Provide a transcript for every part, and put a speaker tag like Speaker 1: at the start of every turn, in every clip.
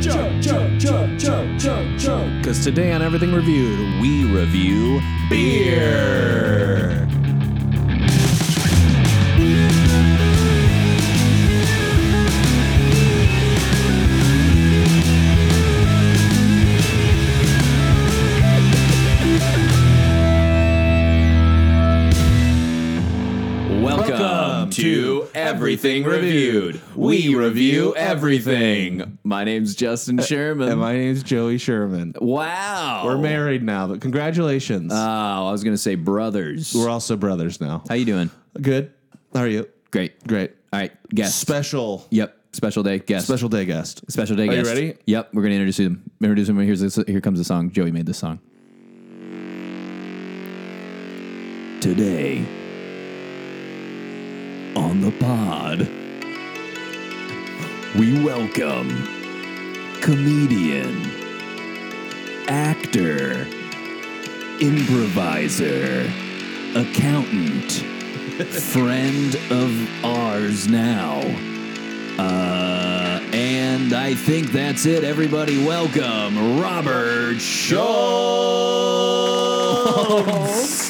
Speaker 1: Joe, Joe, Joe, Joe, Joe, Joe.
Speaker 2: Because today on Everything Reviewed, we review beer. Welcome,
Speaker 3: Welcome
Speaker 2: to
Speaker 3: to
Speaker 2: Everything
Speaker 3: Everything
Speaker 2: Reviewed. We review everything. My name's Justin Sherman.
Speaker 3: And my name's Joey Sherman.
Speaker 2: Wow.
Speaker 4: Oh.
Speaker 3: We're married now, but congratulations.
Speaker 4: Uh,
Speaker 2: Oh, I was gonna say brothers.
Speaker 3: We're also brothers now.
Speaker 2: How you doing?
Speaker 3: Good. How are you?
Speaker 2: Great.
Speaker 3: Great.
Speaker 2: All right, guest.
Speaker 3: Special
Speaker 2: yep. Special day guest.
Speaker 3: special day guest.
Speaker 2: Special day
Speaker 3: Are you
Speaker 2: guest.
Speaker 3: ready?
Speaker 2: Yep. We're gonna introduce him. Introduce him. Here's this, here comes the song. Joey made this song. Today on the pod, we welcome comedian, actor, improviser, accountant, friend of ours now. Uh, and I think that's it, everybody. Welcome, Robert Schultz.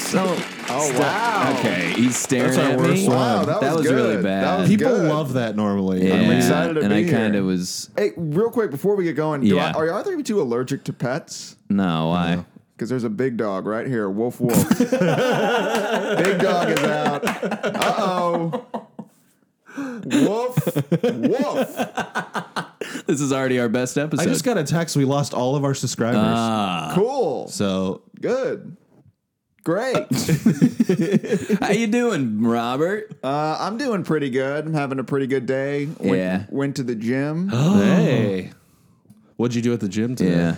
Speaker 4: Oh wow!
Speaker 2: Okay, he's staring
Speaker 3: That's our
Speaker 2: at
Speaker 3: worst
Speaker 2: me.
Speaker 3: one.
Speaker 4: Wow, that,
Speaker 2: That was
Speaker 4: good.
Speaker 2: really bad.
Speaker 4: That was
Speaker 3: People
Speaker 4: good.
Speaker 3: love that normally.
Speaker 2: Yeah,
Speaker 4: excited to
Speaker 2: and
Speaker 4: be
Speaker 2: I
Speaker 4: here.
Speaker 2: kind of was
Speaker 4: Hey, real quick before we get going, do
Speaker 2: Yeah.
Speaker 4: I, are either of you two allergic to pets?
Speaker 2: no, I
Speaker 4: Because there's a big dog right here, Wolf Wolf. big dog is out. Uh oh. Wolf, Wolf.
Speaker 2: this is already our best episode.
Speaker 3: I just got a text we lost all of our subscribers.
Speaker 4: Uh, Cool.
Speaker 3: so
Speaker 4: Good. Great.
Speaker 2: How you doing, Robert?
Speaker 4: Uh, I'm doing pretty good. I'm having a pretty good day. Went,
Speaker 2: Yeah.
Speaker 4: Went to the gym.
Speaker 3: hey. What'd you do at the gym today?
Speaker 2: Oh. yeah.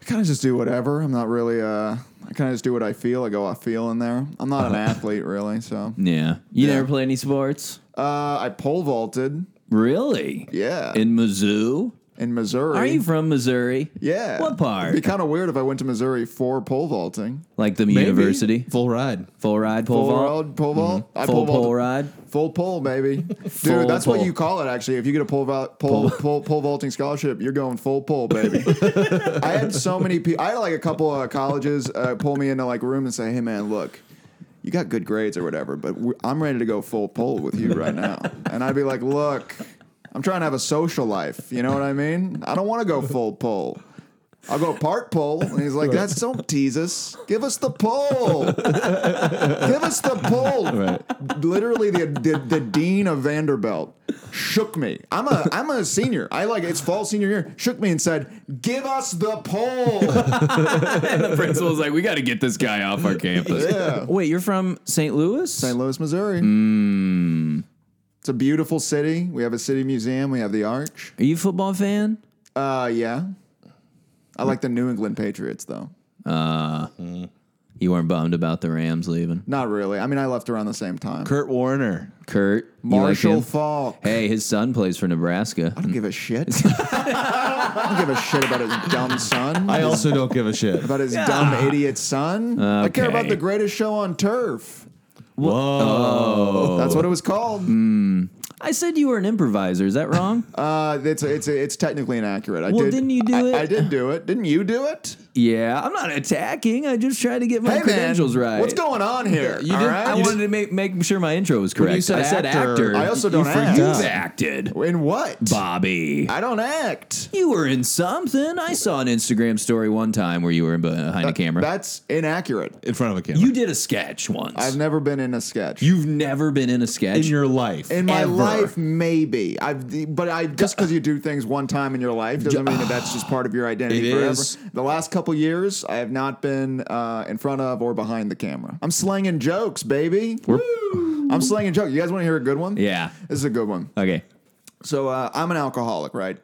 Speaker 4: I kind of just do whatever. I'm not really. Uh, I kind of just do what I feel. I go. I feel in there. I'm not an athlete really. So
Speaker 2: Yeah. You
Speaker 4: Yeah.
Speaker 2: never play any sports?
Speaker 4: uh, I pole vaulted.
Speaker 2: Really?
Speaker 4: Yeah.
Speaker 2: In Mizzou?
Speaker 4: in Missouri.
Speaker 2: Are you from Missouri?
Speaker 4: Yeah.
Speaker 2: What part?
Speaker 4: It'd be kind of weird if I went to Missouri for pole vaulting.
Speaker 2: Like the
Speaker 3: Maybe.
Speaker 2: university?
Speaker 3: Full ride.
Speaker 2: Full ride, pole
Speaker 4: Full
Speaker 2: vault? Mm-hmm.
Speaker 4: road, pole vault. I
Speaker 2: Full pole
Speaker 4: vaulted-
Speaker 2: ride?
Speaker 4: Full pole, baby.
Speaker 2: Full
Speaker 4: Dude, that's
Speaker 2: pole.
Speaker 4: what you call it, actually. If you get a pole, va- pole, pole, pole vaulting scholarship, you're going full pole, baby. I had so many people. I had like a couple of colleges uh, pull me into like a room and say, hey, man, look, you got good grades or whatever, but we- I'm ready to go full pole with you right now. And I'd be like, look, I'm trying to have a social life. You know what I mean? I don't want to go full pole. I'll go part pole. And he's like, that's don't tease us. Give us the pole. Give us the pole. Literally, the, the the dean of Vanderbilt shook me. I'm a I'm a senior. I like it's fall senior year. Shook me and said, give us the pole.
Speaker 2: the principal was like, we got to get this guy off our campus.
Speaker 4: Yeah.
Speaker 2: Wait, you're from St. Louis?
Speaker 4: St. Louis, Missouri.
Speaker 2: Hmm.
Speaker 4: It's a beautiful city. We have a city museum. We have the arch.
Speaker 2: Are you a football fan?
Speaker 4: Uh, yeah. I like the New England Patriots though.
Speaker 2: You weren't bummed about the Rams leaving.
Speaker 4: Not really. I mean, I left around the same time.
Speaker 3: Kurt Warner.
Speaker 2: Kurt, you like
Speaker 4: Marshall
Speaker 2: him?
Speaker 4: Falk.
Speaker 2: Hey, his son plays for Nebraska.
Speaker 4: I don't give a shit. I don't give a shit about his dumb son.
Speaker 3: I also don't give a shit.
Speaker 4: about his dumb idiot son. I care about
Speaker 2: Okay.
Speaker 4: the greatest show on turf. Oh.
Speaker 3: Whoa.
Speaker 4: That's what it was called.
Speaker 2: Mm. I said you were an improviser. Is that wrong?
Speaker 4: Uh, it's it's it's technically inaccurate. I
Speaker 2: Well,
Speaker 4: did,
Speaker 2: didn't you do
Speaker 4: I,
Speaker 2: it?
Speaker 4: I did do it. Didn't you do it?
Speaker 2: yeah, I'm not attacking. I just tried to get my
Speaker 4: Hey
Speaker 2: credentials
Speaker 4: man,
Speaker 2: right.
Speaker 4: what's going on here?
Speaker 2: You
Speaker 4: All
Speaker 2: did,
Speaker 4: right?
Speaker 2: I wanted to make, make sure my intro was correct.
Speaker 3: you said
Speaker 2: I said
Speaker 3: actor,
Speaker 2: actor.
Speaker 4: I also
Speaker 2: You
Speaker 4: don't act.
Speaker 2: You
Speaker 3: Yeah.
Speaker 2: acted,
Speaker 4: In what?
Speaker 2: Bobby.
Speaker 4: I don't act.
Speaker 2: you were in something. I saw an Instagram story one time where you were in behind a camera.
Speaker 4: That's inaccurate.
Speaker 3: In front of a camera.
Speaker 2: you did a sketch once.
Speaker 4: I've never been in a sketch.
Speaker 2: You've never been in a
Speaker 3: in
Speaker 2: sketch.
Speaker 3: your life.
Speaker 4: in my
Speaker 2: ever.
Speaker 4: life, maybe I've, but I just because you do things one time in your life doesn't mean that that's just part of your identity
Speaker 3: It
Speaker 4: forever.
Speaker 3: is.
Speaker 4: The last couple years, I have not been uh, in front of or behind the camera. I'm slinging jokes, baby. I'm slinging jokes. You guys want to hear a good one?
Speaker 2: yeah.
Speaker 4: this is a good one.
Speaker 2: Okay.
Speaker 4: So uh, I'm an alcoholic, right?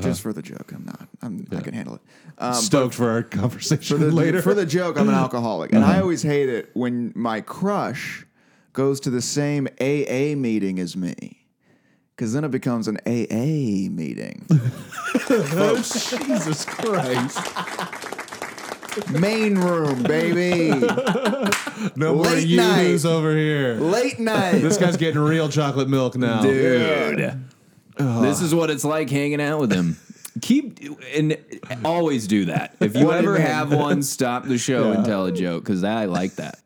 Speaker 4: Just for the joke, I'm not. I'm, I can handle it. Um,
Speaker 3: Stoked for our conversation
Speaker 4: for the,
Speaker 3: later.
Speaker 4: for the joke, I'm an alcoholic, and I always hate it when my crush goes to the same AA meeting as me. Because then it becomes an AA meeting. Folks,
Speaker 3: Jesus Christ.
Speaker 4: main room, baby.
Speaker 3: No more
Speaker 4: Late
Speaker 3: yous
Speaker 4: night.
Speaker 3: over here.
Speaker 4: Late night.
Speaker 3: This guy's getting real chocolate milk now.
Speaker 4: Dude.
Speaker 2: Dude. this is what it's like hanging out with him. keep and always do that. If you
Speaker 4: What do you
Speaker 2: ever
Speaker 4: mean?
Speaker 2: have one, stop the show and
Speaker 3: Yeah.
Speaker 2: tell a joke because I like that.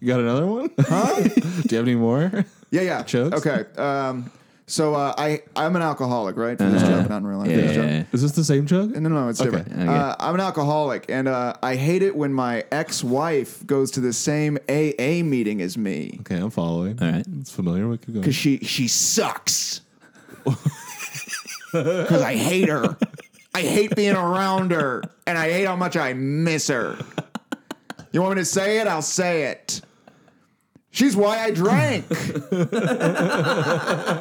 Speaker 3: You got another one? Huh? Do you have any more?
Speaker 4: Yeah, yeah.
Speaker 3: Jokes?
Speaker 4: Okay. Um, so uh, I I'm an alcoholic, right? For this
Speaker 3: Uh-huh.
Speaker 4: joke, not in real life. for this joke.
Speaker 2: Yeah.
Speaker 3: Is this the same joke?
Speaker 4: No, no, it's different.
Speaker 2: okay.
Speaker 4: Uh, I'm an alcoholic, and uh, I hate it when my ex-wife goes to the same AA meeting as me
Speaker 3: Okay, I'm following.
Speaker 2: All right.
Speaker 3: It's familiar. We could go.
Speaker 4: because she she sucks. Because I hate her. I hate being around her, and I hate how much I miss her. You want me to say it? I'll say it. She's why I drank.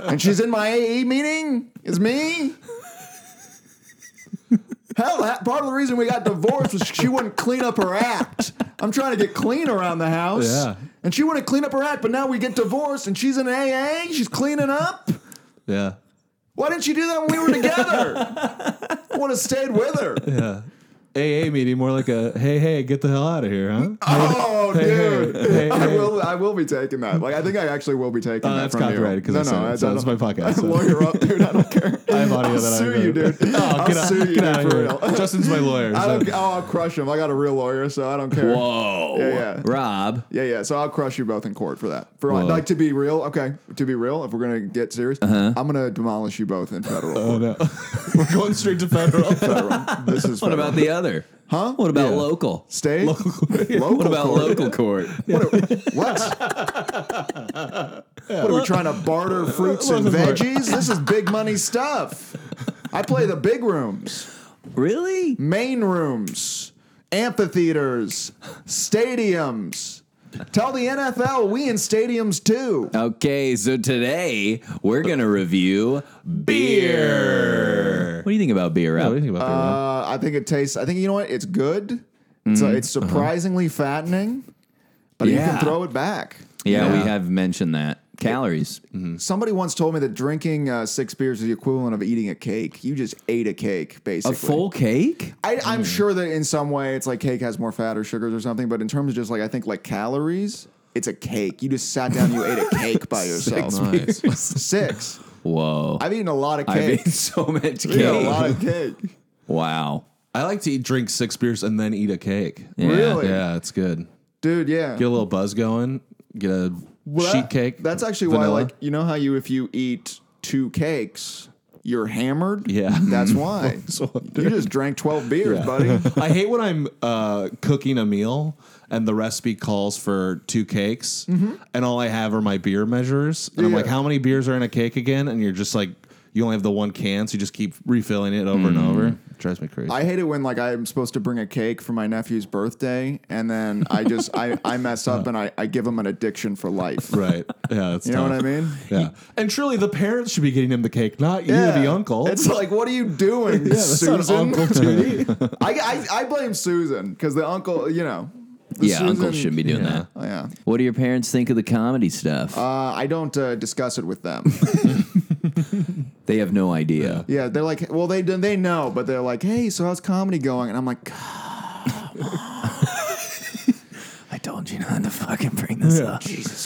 Speaker 4: and she's in my AA meeting? Is me? Hell, that- part of the reason we got divorced was she wouldn't clean up her act. I'm trying to get clean around the house.
Speaker 3: Yeah.
Speaker 4: And she wouldn't clean up her act, but now we get divorced and she's in AA. She's cleaning up.
Speaker 3: Yeah.
Speaker 4: Why didn't you do that when we were together? I would have stayed with her.
Speaker 3: AA meeting, more like a hey, hey, get the hell out of here, huh?
Speaker 4: Oh,
Speaker 3: hey,
Speaker 4: dude.
Speaker 3: hey,
Speaker 4: I
Speaker 3: hey.
Speaker 4: will. I will be taking that. Like, I think I actually will be taking
Speaker 3: Uh,
Speaker 4: that
Speaker 3: that's
Speaker 4: from you.
Speaker 3: copyrighted because
Speaker 4: no,
Speaker 3: I said
Speaker 4: no,
Speaker 3: it. So
Speaker 4: I-
Speaker 3: that's my podcast. so-
Speaker 4: lawyer up, dude. I don't care.
Speaker 3: I have audio
Speaker 4: I'll
Speaker 3: that I
Speaker 4: sue you,
Speaker 3: recorded.
Speaker 4: dude. I'll
Speaker 3: get out,
Speaker 4: sue you,
Speaker 3: get out
Speaker 4: dude,
Speaker 3: of
Speaker 4: for
Speaker 3: here.
Speaker 4: real.
Speaker 3: Justin's my lawyer.
Speaker 4: I
Speaker 3: so-
Speaker 4: don't. Oh, I'll crush him. I got a real lawyer, so I don't care.
Speaker 2: Whoa,
Speaker 4: Yeah, yeah.
Speaker 2: Rob.
Speaker 4: Yeah, yeah. So I'll crush you both in court for that. For
Speaker 3: Whoa.
Speaker 4: like to be real, okay. To be real, if we're gonna get serious,
Speaker 3: Uh-huh.
Speaker 4: I'm gonna demolish you both in federal.
Speaker 3: Oh, no. We're going straight to federal.
Speaker 4: federal. This is
Speaker 2: What
Speaker 4: federal.
Speaker 2: about the other?
Speaker 4: huh?
Speaker 2: What about
Speaker 3: Yeah.
Speaker 2: local?
Speaker 4: state? Local,
Speaker 2: What about
Speaker 4: court?
Speaker 2: local court?
Speaker 4: What? what? What are we trying to barter fruits and
Speaker 3: Local court.
Speaker 4: veggies? This is big money stuff. I play the big rooms.
Speaker 2: Really?
Speaker 4: main rooms, amphitheaters, stadiums. Tell the NFL we in stadiums too.
Speaker 2: Okay, so today we're gonna review beer. What do you think about beer,
Speaker 3: What do you
Speaker 2: Rob?
Speaker 3: think about that?
Speaker 4: Uh, I think it tastes. I think you know what? It's good. It's, uh, it's surprisingly fattening, but you
Speaker 2: Mm-hmm. Uh-huh. Yeah.
Speaker 4: can throw it back.
Speaker 2: yeah, we
Speaker 3: Yeah.
Speaker 2: have mentioned that calories.
Speaker 4: Somebody once told me that drinking uh, six beers is the equivalent of eating a cake. You just ate a cake,
Speaker 2: A
Speaker 4: basically.
Speaker 2: full cake?
Speaker 4: I, I'm sure that in some way it's like cake has more fat or sugars or something, but in terms of just like I think like calories, it's a cake. You just sat down, and you ate a cake by yourself.
Speaker 2: Nice.
Speaker 4: Six.
Speaker 2: Whoa.
Speaker 4: I've eaten a lot of
Speaker 2: I've
Speaker 4: cake.
Speaker 2: eaten so much
Speaker 4: I've eaten a lot
Speaker 2: cake.
Speaker 4: of cake.
Speaker 2: Wow.
Speaker 3: I like to eat, drink six beers and then eat a cake.
Speaker 2: Yeah.
Speaker 4: Really?
Speaker 3: Yeah, it's good.
Speaker 4: Dude, yeah.
Speaker 3: Get a little buzz going. Get a
Speaker 4: Well,
Speaker 3: sheet
Speaker 4: that-
Speaker 3: cake.
Speaker 4: That's actually why,
Speaker 3: vanilla.
Speaker 4: like, you know how you, if you eat two cakes, you're hammered?
Speaker 3: Yeah.
Speaker 4: That's why. you just drank 12 beers, buddy.
Speaker 3: I hate when I'm uh, cooking a meal and the recipe calls for two cakes, and all I have are my beer measures. And I'm
Speaker 4: Mm-hmm. Yeah.
Speaker 3: like, how many beers are in a cake again? And you're just like, you only have the one can, so you just keep refilling it over and over. drives me crazy.
Speaker 4: Mm. I hate it when, like, I'm supposed to bring a cake for my nephew's birthday, and then I just, I, I mess up and I, I give him an addiction for life.
Speaker 3: right? Yeah, that's
Speaker 4: You know
Speaker 3: tough.
Speaker 4: what I mean?
Speaker 3: Yeah, and truly, the parents should be getting him the cake, not you, the uncle.
Speaker 4: It's like, what are you doing,
Speaker 3: that's not
Speaker 4: Susan?
Speaker 3: Uncle
Speaker 4: duty. I, I, I blame Susan because the uncle, you know. the
Speaker 2: yeah, Uncle
Speaker 4: Susan-
Speaker 2: should be doing that.
Speaker 4: Oh, yeah.
Speaker 2: What do your parents think of the comedy stuff?
Speaker 4: Uh, I don't uh, discuss it with them.
Speaker 2: they have no idea.
Speaker 4: yeah, they're like, well, they they know, but they're like, hey, so how's comedy going? And I'm like, God,
Speaker 2: I told you not to fucking bring this up.
Speaker 4: Jesus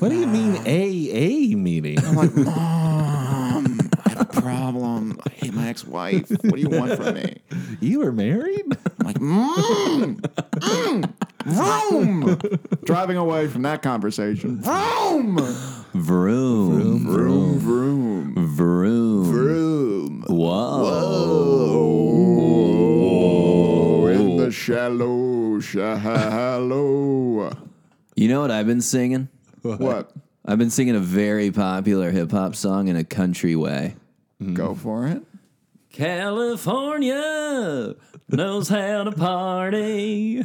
Speaker 3: what do you mean AA meeting?
Speaker 4: problem. I hate my ex-wife. What do you want from me?
Speaker 3: you were married?
Speaker 4: Mm, Vroom! Driving away from that conversation. Vroom!
Speaker 2: Vroom. Vroom.
Speaker 4: Vroom.
Speaker 2: Vroom.
Speaker 4: Vroom.
Speaker 3: Oh.
Speaker 2: Whoa.
Speaker 4: Oh, in the shallow, shallow.
Speaker 2: You know what I've been singing?
Speaker 4: What?
Speaker 2: I've been singing a very popular hip hop song in a country way.
Speaker 3: Mm-hmm.
Speaker 4: Go for it.
Speaker 2: California knows how to party.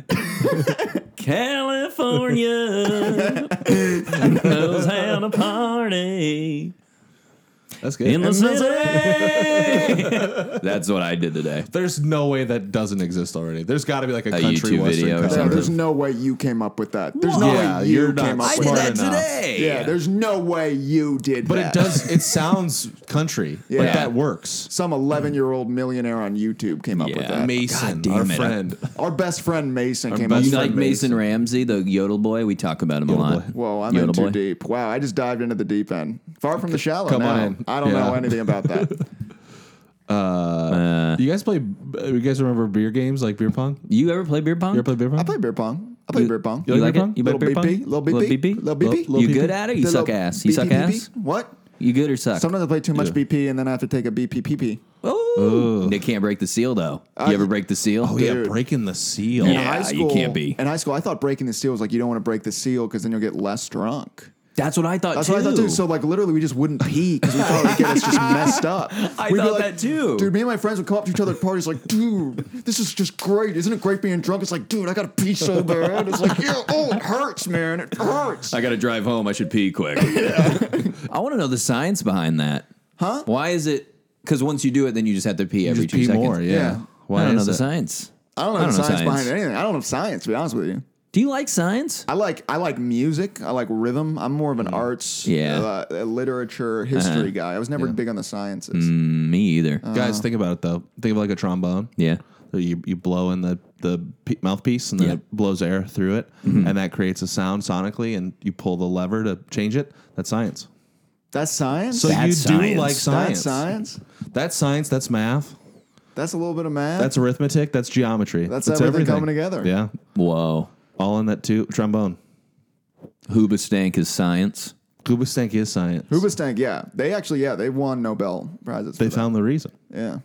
Speaker 2: California knows how to party.
Speaker 3: That's good.
Speaker 2: city. That's what I did today.
Speaker 3: There's no way that doesn't exist already. There's got to be like a,
Speaker 2: A
Speaker 3: country
Speaker 2: YouTube
Speaker 3: western
Speaker 2: video or
Speaker 3: cover.
Speaker 4: Yeah,
Speaker 2: Sort
Speaker 4: there's no way you came up with that. There's no
Speaker 3: Yeah,
Speaker 4: way you
Speaker 3: you're not
Speaker 4: came up
Speaker 2: I did
Speaker 4: with
Speaker 3: smart
Speaker 4: that.
Speaker 2: that
Speaker 3: enough.
Speaker 2: today.
Speaker 4: Yeah, there's no way you did
Speaker 3: But
Speaker 4: that.
Speaker 3: it does. It sounds country. But
Speaker 4: Yeah.
Speaker 3: that works.
Speaker 4: Some 11 year old millionaire on YouTube came up with
Speaker 2: Yeah.
Speaker 4: that.
Speaker 3: Mason,
Speaker 2: God damn
Speaker 3: our
Speaker 2: it.
Speaker 3: friend.
Speaker 4: Our best friend Mason came up
Speaker 3: best
Speaker 2: You
Speaker 4: with
Speaker 3: friend
Speaker 2: like
Speaker 4: that.
Speaker 2: Mason,
Speaker 3: Mason.
Speaker 2: Ramsey, the yodel boy? We talk about him a lot.
Speaker 3: boy.
Speaker 4: Whoa, I'm in
Speaker 2: Yodel
Speaker 4: too
Speaker 2: boy.
Speaker 4: deep. Wow, I just dived into the deep end. Far from the shallow
Speaker 3: Come
Speaker 4: now.
Speaker 3: on in.
Speaker 4: I don't know
Speaker 3: Yeah.
Speaker 4: anything about that.
Speaker 2: Yeah.
Speaker 3: Do you guys play? uh, You guys remember beer games like beer pong? You
Speaker 2: You ever play beer pong?
Speaker 3: ever play beer pong?
Speaker 4: I play beer pong. I play beer pong.
Speaker 2: You like
Speaker 3: like beer
Speaker 2: it?
Speaker 3: pong?
Speaker 2: You play
Speaker 4: Little
Speaker 2: beer pong?
Speaker 4: BP, little BP,
Speaker 2: Little
Speaker 4: little
Speaker 2: BP?
Speaker 4: BP.
Speaker 2: You
Speaker 3: BP?
Speaker 2: good at it? or You
Speaker 4: The
Speaker 2: suck
Speaker 4: little
Speaker 2: ass. You suck ass.
Speaker 4: BPPP? What?
Speaker 2: You good or suck?
Speaker 4: Sometimes I play too much BP and then I have to take a BPPP.
Speaker 2: Oh, they can't break the seal though. You ever break the seal?
Speaker 3: Oh yeah,
Speaker 4: Dude.
Speaker 3: breaking the seal.
Speaker 4: In
Speaker 2: Yeah.
Speaker 4: high
Speaker 2: you
Speaker 4: school,
Speaker 2: can't be.
Speaker 4: In high school, I thought breaking the seal was like you don't want to break the seal because then you'll get less drunk.
Speaker 2: That's what I thought
Speaker 4: That's
Speaker 2: too.
Speaker 4: what I thought too. So like literally, we just wouldn't pee because we thought we'd get us just messed up.
Speaker 2: I
Speaker 4: We'd be
Speaker 2: thought
Speaker 4: like-
Speaker 2: that too.
Speaker 4: Dude, me and my friends would come up to each other at parties like, dude, this is just great. Isn't it great being drunk? It's like, dude, I gotta pee so bad. It's like, yeah, oh, it hurts, man. It hurts.
Speaker 2: I got to drive home. I should pee quick. I want to know the science behind that.
Speaker 4: Huh?
Speaker 2: Why is it? Because once you do it, then you just have to pee every
Speaker 3: Just
Speaker 2: two
Speaker 3: pee
Speaker 2: seconds.
Speaker 3: more. Yeah.
Speaker 4: Yeah.
Speaker 2: I don't know
Speaker 3: is
Speaker 2: the
Speaker 3: that?
Speaker 2: science.
Speaker 4: I don't know the science, behind anything. I don't know science, to be honest with you.
Speaker 2: Do you like science?
Speaker 4: I like I like music. I like rhythm. I'm more of an arts,
Speaker 2: Yeah.
Speaker 4: uh, uh, literature, history guy. I was never big on the sciences.
Speaker 2: Me either.
Speaker 3: uh, Guys, think about it though. Think of like a trombone.
Speaker 2: yeah.
Speaker 3: So you, you blow in the, the pe- mouthpiece and then
Speaker 2: Yeah. Mm-hmm.
Speaker 3: it blows air through it and that creates a sound sonically and you pull the lever to change it. That's science.
Speaker 4: That's science.
Speaker 3: So you
Speaker 2: That's
Speaker 3: do
Speaker 2: science.
Speaker 3: like
Speaker 2: That's
Speaker 3: science.
Speaker 4: that's science.
Speaker 3: That's science. That's math.
Speaker 4: That's a little bit of math.
Speaker 3: That's arithmetic. That's geometry.
Speaker 4: That's everything coming together.
Speaker 3: Yeah.
Speaker 2: Whoa.
Speaker 3: All in that two trombone.
Speaker 2: Hoobastank is science.
Speaker 3: Kubastank is science.
Speaker 4: Hoobastank, yeah. They actually, yeah, they won Nobel prizes.
Speaker 3: they
Speaker 4: for that.
Speaker 3: found the reason.
Speaker 4: yeah.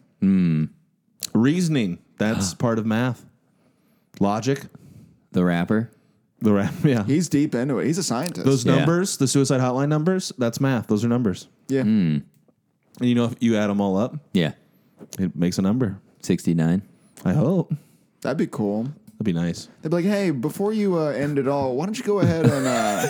Speaker 3: Reasoning. That's part of math. Logic.
Speaker 2: The rapper.
Speaker 3: The rap. Yeah.
Speaker 4: He's deep into it. He's a scientist.
Speaker 3: Those
Speaker 2: Yeah.
Speaker 3: numbers, the suicide hotline numbers, that's math. Those are numbers.
Speaker 4: yeah.
Speaker 3: And you know, if you add them all up,
Speaker 2: Yeah.
Speaker 3: it makes a number.
Speaker 2: Sixty nine.
Speaker 3: I hope.
Speaker 4: That'd be cool.
Speaker 3: That'd be nice.
Speaker 4: They'd be like, hey, before you uh, end it all, why don't you go ahead and uh,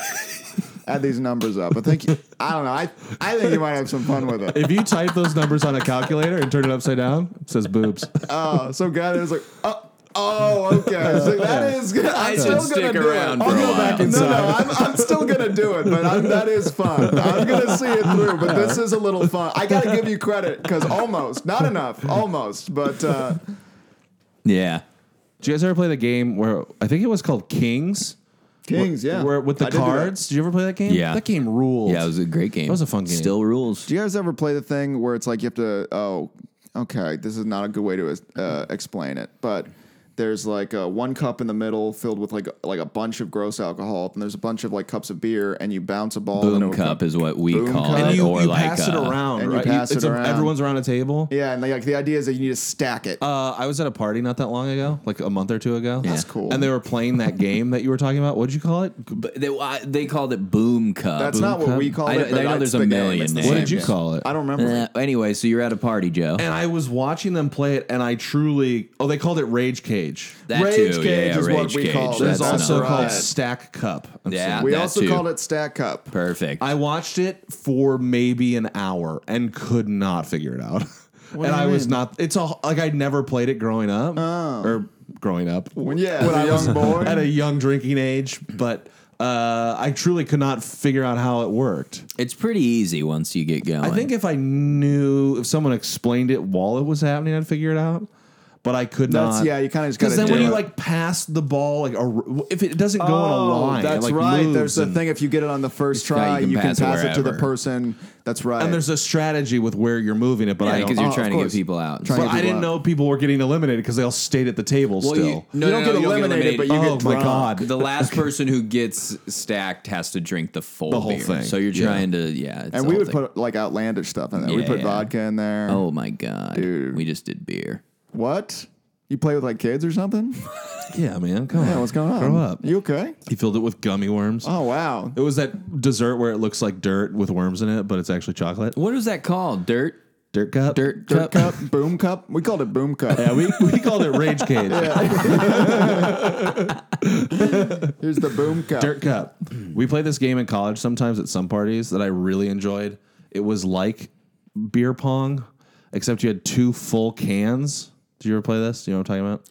Speaker 4: add these numbers up? I think, I don't know. I, I think you might have some fun with it.
Speaker 3: If you type those numbers on a calculator and turn it upside down, it says boobs.
Speaker 4: Oh, so guy that was like, oh, oh okay. I was like, that is good. I'm
Speaker 2: I should
Speaker 4: still gonna
Speaker 2: stick
Speaker 4: do
Speaker 2: around
Speaker 4: it.
Speaker 2: for
Speaker 4: I'll
Speaker 2: a
Speaker 4: go
Speaker 2: while.
Speaker 4: back inside. No, no, I'm, I'm still gonna do it, but I'm, that is fun. I'm gonna see it through. But this is a little fun. I gotta give you credit because almost, not enough, almost, but. Uh,
Speaker 2: Yeah.
Speaker 3: Did you guys ever play the game where I think it was called Kings?
Speaker 4: Kings, yeah.
Speaker 3: Where with the
Speaker 4: I did do that.
Speaker 3: cards? Did you ever play that game?
Speaker 2: Yeah.
Speaker 3: That game ruled.
Speaker 2: Yeah. It was a great game.
Speaker 3: That was a fun game.
Speaker 2: Still rules.
Speaker 4: Do you guys ever play the thing where it's like you have to? Oh, okay. This is not a good way to uh, explain it, but there's like uh, one cup in the middle filled with like like a bunch of gross alcohol, and there's a bunch of like cups of beer, and you bounce a ball
Speaker 2: Boom
Speaker 4: into a
Speaker 2: cup is what we
Speaker 4: Boom
Speaker 2: call
Speaker 4: cup.
Speaker 2: it,
Speaker 3: and you,
Speaker 2: or
Speaker 3: you
Speaker 2: like
Speaker 3: pass it
Speaker 2: uh,
Speaker 3: around,
Speaker 4: and you
Speaker 3: right?
Speaker 4: pass it
Speaker 3: it's a-
Speaker 4: around.
Speaker 3: everyone's around a table.
Speaker 4: Yeah, and like the idea is that you need to stack it.
Speaker 3: Uh, I was at a party not that long ago, like a month or two ago.
Speaker 4: That's cool.
Speaker 3: And they were playing that game that you were talking about. What'd you call it?
Speaker 2: But they, I- they called it boom cup.
Speaker 4: That's not what we call
Speaker 2: I
Speaker 4: it.
Speaker 2: know-
Speaker 4: but
Speaker 2: I know
Speaker 4: that's
Speaker 2: there's a
Speaker 4: the game.
Speaker 2: million
Speaker 4: It's the
Speaker 2: names.
Speaker 3: What
Speaker 4: same
Speaker 3: did you
Speaker 4: game.
Speaker 3: call it?
Speaker 4: I don't remember.
Speaker 2: Uh, anyway, so you're at a party, Joe.
Speaker 3: and I was watching them play it, and I truly oh, they called it Rage Cage.
Speaker 2: That
Speaker 4: Rage
Speaker 2: too,
Speaker 4: cage
Speaker 2: yeah,
Speaker 4: is
Speaker 2: rage
Speaker 4: what we
Speaker 2: cage.
Speaker 4: call it.
Speaker 3: There's
Speaker 2: That's
Speaker 3: also
Speaker 2: not
Speaker 4: right.
Speaker 3: called Stack Cup. I'm
Speaker 2: Yeah.
Speaker 3: sorry.
Speaker 4: we
Speaker 2: that
Speaker 4: also
Speaker 2: too.
Speaker 4: called it stack up.
Speaker 2: perfect.
Speaker 3: I watched it for maybe an hour and could not figure it out. and I was not. It's all like I never played it growing up or growing up
Speaker 4: Oh. When, yeah, when I was young boy.
Speaker 3: at a young drinking age, but. Uh, I truly could not figure out how it worked.
Speaker 2: it's pretty easy once you get going.
Speaker 3: I think if I knew, if someone explained it while it was happening, I'd figure it out. But I could
Speaker 4: That's
Speaker 3: not.
Speaker 4: yeah. You kind of just got
Speaker 3: Because
Speaker 4: to
Speaker 3: then
Speaker 4: do
Speaker 3: when you
Speaker 4: it.
Speaker 3: like pass the ball, like a, if it doesn't go on a
Speaker 4: Oh,
Speaker 3: line, it,
Speaker 4: That's
Speaker 3: like,
Speaker 4: right.
Speaker 3: moves
Speaker 4: There's the
Speaker 3: and-
Speaker 4: thing. If you get it on the first
Speaker 2: Right,
Speaker 4: try, you can, pass, it, to the
Speaker 2: wherever.
Speaker 4: person. That's right.
Speaker 3: And there's a strategy with where you're moving it, but I
Speaker 2: because
Speaker 3: don't.
Speaker 2: you're
Speaker 4: oh, of
Speaker 2: trying to get
Speaker 4: course.
Speaker 2: people out.
Speaker 4: Trying
Speaker 3: but
Speaker 4: to get
Speaker 3: I
Speaker 4: people
Speaker 3: didn't
Speaker 4: out.
Speaker 3: know people were getting eliminated because they all stayed at the table
Speaker 2: Well,
Speaker 3: still.
Speaker 2: you- no, no,
Speaker 4: you don't
Speaker 2: no,
Speaker 4: get
Speaker 2: you don't get
Speaker 4: eliminated, but you
Speaker 3: oh
Speaker 4: get
Speaker 3: my
Speaker 4: drunk.
Speaker 3: god!
Speaker 2: the last person who gets stacked has to drink the full
Speaker 3: The whole
Speaker 2: beer.
Speaker 3: thing.
Speaker 2: So you're
Speaker 3: Yeah.
Speaker 2: trying to yeah. It's
Speaker 4: And
Speaker 2: the
Speaker 4: we
Speaker 2: whole
Speaker 4: would
Speaker 2: thing.
Speaker 4: put like outlandish stuff in there. we
Speaker 2: Yeah,
Speaker 4: put
Speaker 2: yeah.
Speaker 4: vodka in there.
Speaker 2: Oh my god,
Speaker 4: Dude.
Speaker 2: We just did beer.
Speaker 4: What? You play with like kids or something?
Speaker 3: yeah, man, come on.
Speaker 4: Yeah, what's going on?
Speaker 3: Grow up.
Speaker 4: You okay?
Speaker 3: He filled it with gummy worms.
Speaker 4: Oh wow.
Speaker 3: It was that dessert where it looks like dirt with worms in it, but it's actually chocolate.
Speaker 2: What is that called? Dirt.
Speaker 3: Dirt cup.
Speaker 2: Dirt.
Speaker 4: Dirt
Speaker 2: cup.
Speaker 4: cup, boom cup. We called it boom cup.
Speaker 3: Yeah, we, we called it rage cage.
Speaker 4: Here's the boom cup.
Speaker 3: Dirt Cup. We played this game in college sometimes at some parties that I really enjoyed. It was like beer pong, except you had two full cans. Did you ever play this? Do you know what I'm talking about?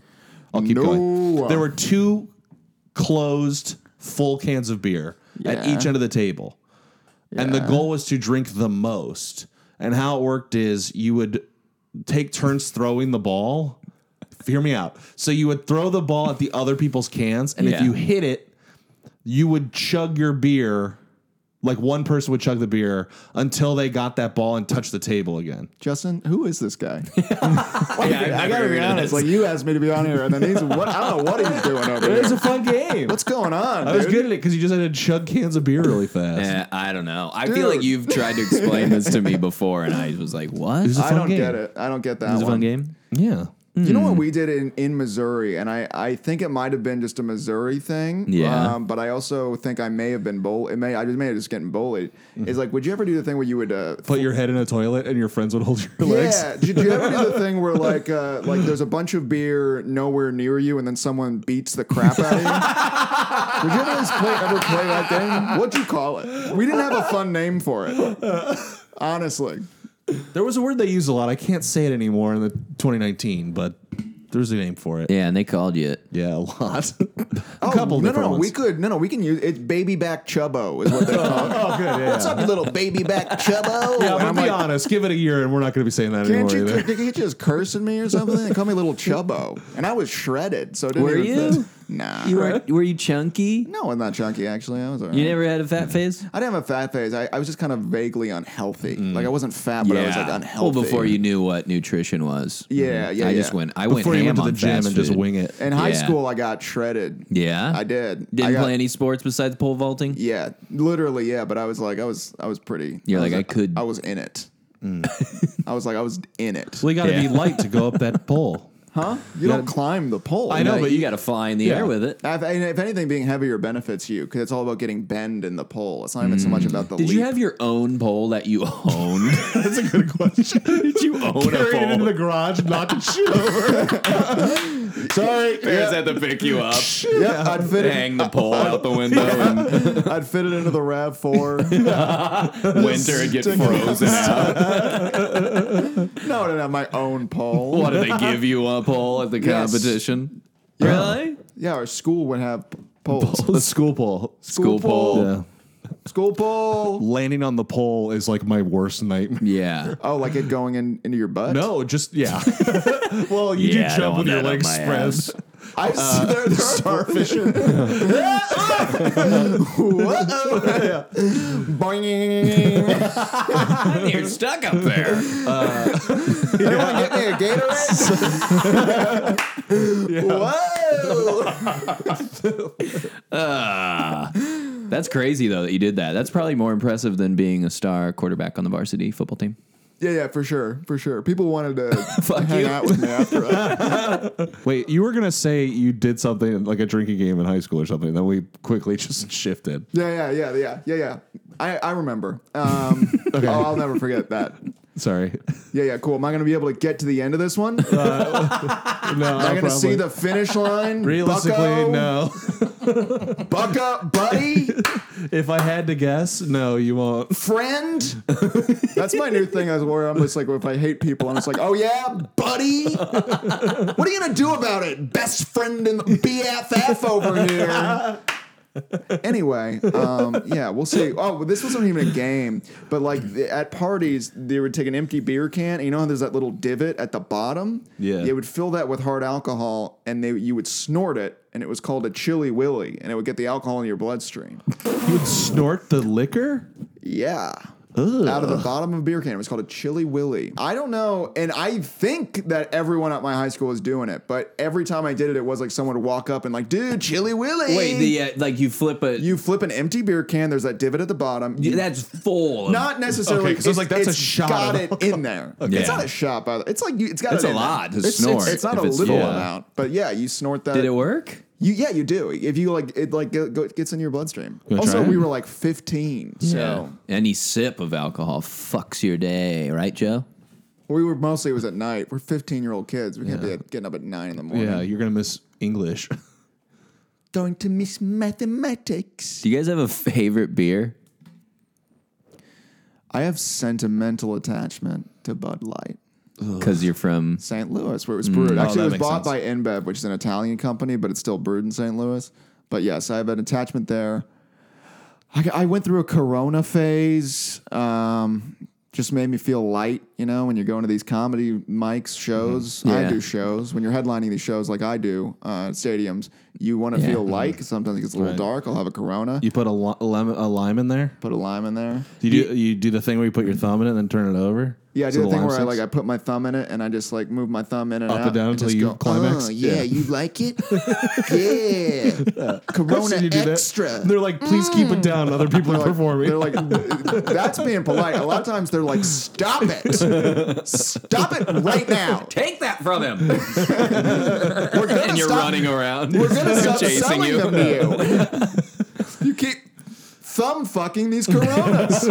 Speaker 3: I'll keep
Speaker 4: No.
Speaker 3: going. There were two closed full cans of beer at
Speaker 4: Yeah.
Speaker 3: each end of the table. And the goal was to drink the most. And how it worked is you would take turns throwing the ball. Hear me out. So you would throw the ball at the other people's cans, and
Speaker 2: Yeah.
Speaker 3: if you hit it, you would chug your beer Like one person would chug the beer until they got that ball and touched the table again.
Speaker 4: Justin, who is this guy? I,
Speaker 2: never
Speaker 4: gotta
Speaker 2: heard
Speaker 4: be
Speaker 2: of
Speaker 4: honest.
Speaker 2: this.
Speaker 4: Like you asked me to be on here, and then he's what? I don't know what he's doing over
Speaker 2: It's a
Speaker 4: here.
Speaker 2: fun game.
Speaker 4: What's going on?
Speaker 3: I was
Speaker 4: dude?
Speaker 3: good at it because you just had to chug cans of beer really fast.
Speaker 2: Eh, I don't know. I feel like
Speaker 4: Dude.
Speaker 2: you've tried to explain this to me before, and I was like, "What?"
Speaker 3: It's a
Speaker 4: I
Speaker 3: fun
Speaker 4: don't
Speaker 3: game.
Speaker 4: get it. I don't get that
Speaker 3: It's a
Speaker 4: one.
Speaker 3: fun game. Yeah.
Speaker 4: You know what
Speaker 3: Hmm.
Speaker 4: we did in, in Missouri, and I, I think it might have been just a Missouri thing.
Speaker 2: Yeah.
Speaker 4: Um, but I also think I may have been bull. It may I just may have just getting bullied.
Speaker 3: Hmm.
Speaker 4: Is like, would you ever do the thing where you would uh,
Speaker 3: Put your head in a toilet and your friends would hold your legs.
Speaker 4: Yeah. Did you ever do the thing where like uh, like there's a bunch of beer nowhere near you, and then someone beats the crap out of you? Would you ever, just play, ever play that game? What'd you call it? We didn't have a fun name for it. Honestly,
Speaker 3: There was a word they used a lot. I can't say it anymore in the 2019, but there's a name for it.
Speaker 2: Yeah, and they called you it.
Speaker 3: Yeah, a lot. a
Speaker 4: oh,
Speaker 3: couple
Speaker 4: No, no,
Speaker 3: different
Speaker 4: no.
Speaker 3: ones.
Speaker 4: We could. No, no. We can use it's baby back chubbo is what they call it.
Speaker 3: oh, good. Yeah.
Speaker 4: What's up, you little baby back chubbo?
Speaker 3: Yeah,
Speaker 4: And
Speaker 3: but
Speaker 4: I'm
Speaker 3: be
Speaker 4: like,
Speaker 3: honest. Give it a year, and we're not going to be saying that
Speaker 4: Can't
Speaker 3: anymore
Speaker 4: you,
Speaker 3: either.
Speaker 4: can't you just curse at me or something? They call me little chubbo, and I was shredded. So it didn't
Speaker 2: Were
Speaker 4: even
Speaker 2: you?
Speaker 4: Nah.
Speaker 2: You were were you chunky?
Speaker 4: No, I'm not chunky. Actually, I was. All right.
Speaker 2: You never had a fat face.
Speaker 4: I didn't have a fat phase. I, I was just kind of vaguely unhealthy. Like I wasn't fat, but I was like unhealthy.
Speaker 2: Mm. Well, before you knew what nutrition was. Mm-hmm.
Speaker 4: Yeah, yeah,
Speaker 2: I
Speaker 4: yeah.
Speaker 2: just went. I
Speaker 3: Before
Speaker 2: went
Speaker 3: you
Speaker 2: ham
Speaker 3: went to
Speaker 2: on
Speaker 3: the gym
Speaker 2: fast
Speaker 3: and just
Speaker 2: food.
Speaker 3: wing it.
Speaker 4: in high
Speaker 2: Yeah.
Speaker 4: school, I got shredded.
Speaker 2: Yeah,
Speaker 4: I did.
Speaker 2: Didn't
Speaker 4: I got-
Speaker 2: play any sports besides pole vaulting.
Speaker 4: Yeah, literally, yeah. But I was like, I was, I was pretty.
Speaker 2: You're
Speaker 4: I
Speaker 2: like,
Speaker 4: was-
Speaker 2: I could- Mm.
Speaker 4: I was in it. I was like, I was in it.
Speaker 3: Well, you got to be
Speaker 2: Yeah.
Speaker 3: light to go up that pole.
Speaker 4: Huh? You don't climb the pole.
Speaker 3: I know,
Speaker 2: No,
Speaker 3: but
Speaker 2: you,
Speaker 3: you-
Speaker 2: got to fly in the
Speaker 3: Yeah.
Speaker 2: air with it.
Speaker 4: If, and if anything, being heavier benefits you because it's all about getting bend in the pole. It's not even so much about the.
Speaker 2: Hmm. Did
Speaker 4: leap.
Speaker 2: you have your own pole that you owned? That's a good question. Did you own a
Speaker 3: Carried it into
Speaker 2: pole?
Speaker 3: the garage, knocked it shit over. Sorry.
Speaker 2: Parents had to pick you up,
Speaker 4: Yep, I'd fit it.
Speaker 2: hang the pole out the window,
Speaker 4: I'd fit it into the Rav Four.
Speaker 2: and winter and get
Speaker 4: Stick it
Speaker 2: frozen out.
Speaker 4: no, I didn't have my own pole.
Speaker 2: What did they give you a pole at the
Speaker 4: Yes.
Speaker 2: competition? Really?
Speaker 4: Yeah, our school would have poles.
Speaker 3: The school pole.
Speaker 2: School pole.
Speaker 3: Yeah.
Speaker 4: School pole.
Speaker 3: Landing on the pole is like my worst nightmare.
Speaker 2: Yeah.
Speaker 4: Oh, like it going in, into your butt?
Speaker 3: No, just yeah. well, you
Speaker 2: Yeah, I don't
Speaker 3: do jump
Speaker 2: want
Speaker 3: with your
Speaker 2: that up
Speaker 3: legs
Speaker 2: my
Speaker 3: spread.
Speaker 2: ass. Uh,
Speaker 4: I there, there are starfish. what? Boing.
Speaker 2: You're stuck up there.
Speaker 4: Anyone get me a Gatorade? Whoa!
Speaker 2: That's crazy though that you did that. That's probably more impressive than being a star quarterback on the varsity football team.
Speaker 4: Yeah, yeah, for sure, for sure. People wanted to
Speaker 2: Fuck
Speaker 4: hang
Speaker 2: you.
Speaker 4: out with me after that.
Speaker 3: Wait, you were gonna say you did something like a drinking game in high school or something, then we quickly just shifted.
Speaker 4: Yeah, yeah, yeah, yeah, yeah, yeah. I, I remember. Um, oh, I'll never forget that.
Speaker 3: Sorry.
Speaker 4: Yeah, yeah, cool. Am I going to be able to get to the end of this one? Am
Speaker 3: No,
Speaker 4: I going to see the finish line?
Speaker 3: realistically
Speaker 4: Bucko?
Speaker 3: no.
Speaker 4: Buck up, buddy,
Speaker 3: If I had to guess, no, you won't.
Speaker 4: friend. That's my new thing. As where I'm just like, if I hate people, I'm just like, oh yeah, buddy. What are you gonna do about it? Best friend in the BFF over here. Anyway, um, yeah, we'll see. Oh, well, this wasn't even a game, but like the, at parties, they would take an empty beer can. And you know how there's that little divot at the bottom?
Speaker 3: Yeah.
Speaker 4: They would fill that with hard alcohol, and they you would snort it, and it was called a chili willy, and it would get the alcohol in your bloodstream.
Speaker 3: You would snort the liquor?
Speaker 4: Yeah. Out of the bottom of a beer can. It was called a Chili Willy. I don't know. And I think that everyone at my high school was doing it, but every time I did it, it was like someone would walk up and, like, dude, Chili Willy.
Speaker 2: Wait, the uh, like you flip a
Speaker 4: you flip an empty beer can, there's that divot at the bottom. You-
Speaker 2: that's full. of-
Speaker 4: not necessarily.
Speaker 3: Okay, 'cause I was like, that's a
Speaker 4: it's
Speaker 3: shot
Speaker 4: Got
Speaker 3: of
Speaker 4: it in there. It's
Speaker 2: Yeah.
Speaker 4: not a shot, by the way. It's like you, it's got
Speaker 2: It's
Speaker 4: it
Speaker 2: a
Speaker 4: in
Speaker 2: lot to
Speaker 4: there. It's-
Speaker 2: snort
Speaker 4: It's, it's not
Speaker 2: if
Speaker 4: a
Speaker 2: it's
Speaker 4: little
Speaker 2: full.
Speaker 4: amount, but yeah, you snort that.
Speaker 2: Did it work?
Speaker 4: You, yeah, you do. If you like, it like go, go, it gets in your bloodstream.
Speaker 3: wanna
Speaker 4: Also,
Speaker 3: try it?
Speaker 4: we were like 15, so
Speaker 2: Any sip of alcohol fucks your day, right, Joe?
Speaker 4: We were mostly it was at night. We're 15 year old kids. We can't be at- getting up at nine in the morning.
Speaker 3: Yeah, you're gonna miss English.
Speaker 4: Going to miss mathematics.
Speaker 2: Do you guys have a favorite beer?
Speaker 4: I have sentimental attachment to Bud Light.
Speaker 2: Because you're from.
Speaker 4: St. Louis, where it was brewed. Actually,
Speaker 3: Mm, oh, that
Speaker 4: it was
Speaker 3: makes
Speaker 4: bought
Speaker 3: sense.
Speaker 4: by InBev, which is an Italian company, but it's still brewed in St. Louis. But yes, I have an attachment there. I, I went through a Corona phase. Um, Just made me feel light, you know, when you're going to these comedy
Speaker 3: Mm-hmm.
Speaker 4: mics shows. I
Speaker 2: Yeah.
Speaker 4: do shows. When you're headlining these shows like I do uh, at stadiums, you want to
Speaker 2: Yeah.
Speaker 4: feel light. 'cause Sometimes it gets a little
Speaker 3: Mm-hmm. Right.
Speaker 4: dark. I'll have a Corona.
Speaker 3: You put a, li- lem- a lime in there.
Speaker 4: put a lime in there.
Speaker 3: Do you do, you do the thing where you put your thumb in it and then turn it over?
Speaker 4: Yeah, I
Speaker 3: So
Speaker 4: do the thing
Speaker 3: lime
Speaker 4: where I like
Speaker 3: sticks?
Speaker 4: I put my thumb in it and I just like move my thumb in and
Speaker 3: Up and
Speaker 4: out
Speaker 3: down
Speaker 4: and
Speaker 3: till
Speaker 4: just
Speaker 3: you
Speaker 4: go,
Speaker 3: climax?
Speaker 4: Oh, yeah,
Speaker 3: Yeah.
Speaker 4: you like it? yeah. Corona
Speaker 3: Seen you do that?
Speaker 4: extra.
Speaker 3: And They're like, please keep it down. Other people are
Speaker 4: They're like-
Speaker 3: performing.
Speaker 4: They're like, that's being polite. A lot of times they're like, stop it. Stop it right now.
Speaker 2: Take that from him.
Speaker 4: We're gonna
Speaker 2: and you're
Speaker 4: stop,
Speaker 2: running around.
Speaker 4: We're going to stop
Speaker 2: chasing
Speaker 4: selling
Speaker 2: you.
Speaker 4: them to you. you keep thumb fucking these coronas.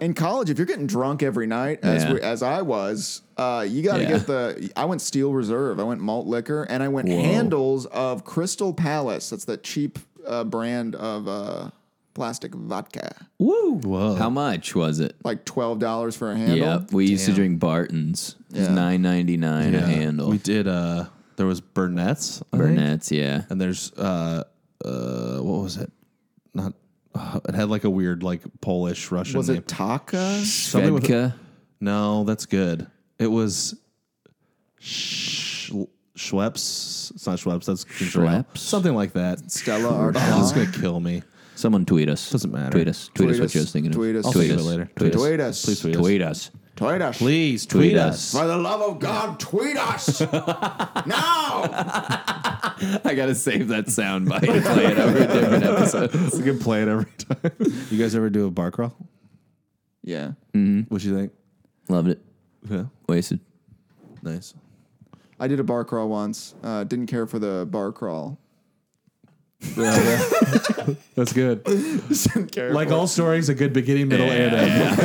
Speaker 4: In college, if you're getting drunk every night, as,
Speaker 2: Yeah.
Speaker 4: we, as I was, uh, you got to
Speaker 2: Yeah.
Speaker 4: get the. I went steel reserve. I went malt liquor, and I went handles of Crystal Palace. That's the cheap uh, brand of uh, plastic vodka.
Speaker 2: Woo.
Speaker 3: Whoa.
Speaker 2: How much was it?
Speaker 4: like twelve dollars for a handle.
Speaker 2: Yep. We used to drink Barton's. It was
Speaker 4: Yeah.
Speaker 2: nine ninety nine a handle.
Speaker 3: We did. Uh, there was Burnett's. I think.
Speaker 2: Burnett's, yeah.
Speaker 3: And there's uh, uh, what was it? Not. Uh, it had like a weird like Polish Russian.
Speaker 4: Was
Speaker 3: name.
Speaker 4: it Taka?
Speaker 3: Something with-
Speaker 2: Svedka.
Speaker 3: No, that's good. It was Sh- Schweppes. It's not Schweppes. That's Control.
Speaker 2: Schweppes?
Speaker 3: Something like that.
Speaker 4: Stella
Speaker 3: Oh, this is
Speaker 4: Artois.
Speaker 3: gonna kill me.
Speaker 2: Someone tweet us.
Speaker 3: Doesn't matter.
Speaker 2: Tweet us. Tweet, us
Speaker 4: Tweet
Speaker 2: what you
Speaker 4: us.
Speaker 2: was thinking
Speaker 4: Tweet
Speaker 2: of.
Speaker 4: us. I'll
Speaker 3: think of it later.
Speaker 2: Tweet,
Speaker 4: Tweet
Speaker 2: us.
Speaker 4: us.
Speaker 3: Please tweet, us.
Speaker 2: Tweet us.
Speaker 4: Tweet us.
Speaker 3: Please tweet,
Speaker 2: Tweet
Speaker 3: us.
Speaker 4: For the love of God, tweet us now.
Speaker 2: I gotta save that sound bite and play it over a different episode.
Speaker 3: We can play it every time. you guys ever do a bar crawl?
Speaker 4: Yeah,
Speaker 2: Mm.
Speaker 3: What you think?
Speaker 2: Loved it.
Speaker 3: Yeah.
Speaker 2: Wasted.
Speaker 3: Nice.
Speaker 4: I did a bar crawl once. Uh, didn't care for the bar crawl.
Speaker 3: That's good.
Speaker 4: didn't care.
Speaker 3: Like
Speaker 4: for
Speaker 3: all stories, a good beginning, middle, and end.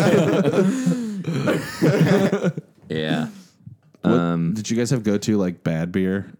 Speaker 2: Yeah.
Speaker 3: What- did you guys have go to like bad beer?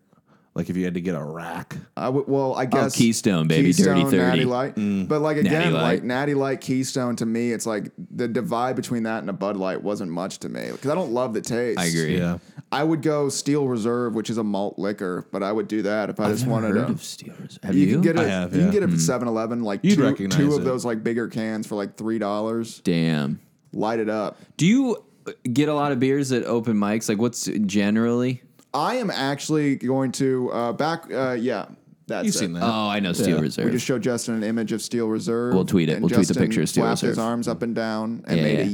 Speaker 3: Like if you had to get a rack.
Speaker 4: I w- well, I guess
Speaker 2: oh, Keystone, baby, Dirty 30.
Speaker 4: Natty Light. But like
Speaker 2: Natty
Speaker 4: again, like
Speaker 2: Light.
Speaker 4: Natty Light, Keystone. To me, it's like the divide between that and a Bud Light wasn't much to me because I don't love the taste.
Speaker 2: I agree.
Speaker 3: Yeah.
Speaker 4: I would go Steel Reserve, which is a malt liquor, but I would do that if I just wanted
Speaker 2: Heard
Speaker 4: to.
Speaker 2: of Steelers. Have Mm.
Speaker 4: You,
Speaker 2: you?
Speaker 4: can get it.
Speaker 3: I have,
Speaker 4: You can
Speaker 3: yeah.
Speaker 4: get it at Seven Eleven, like
Speaker 3: You'd
Speaker 4: two,
Speaker 3: recognize
Speaker 4: two of
Speaker 3: it.
Speaker 4: those like bigger cans for like three dollars.
Speaker 2: Damn.
Speaker 4: Light it up.
Speaker 2: Do you uh, get a lot of beers at open mics? Like, what's generally?
Speaker 4: I am actually going to uh, back. Uh, yeah, that's
Speaker 3: You've
Speaker 4: it.
Speaker 3: seen that.
Speaker 2: Oh, I know Steel
Speaker 3: Yeah.
Speaker 2: Reserve.
Speaker 4: We just showed Justin an image of Steel Reserve.
Speaker 2: We'll tweet it.
Speaker 4: and
Speaker 2: We'll tweet the
Speaker 4: Justin
Speaker 2: picture of Steel
Speaker 4: flapped his
Speaker 2: Reserve.
Speaker 4: arms up and down and
Speaker 2: Yeah,
Speaker 4: made a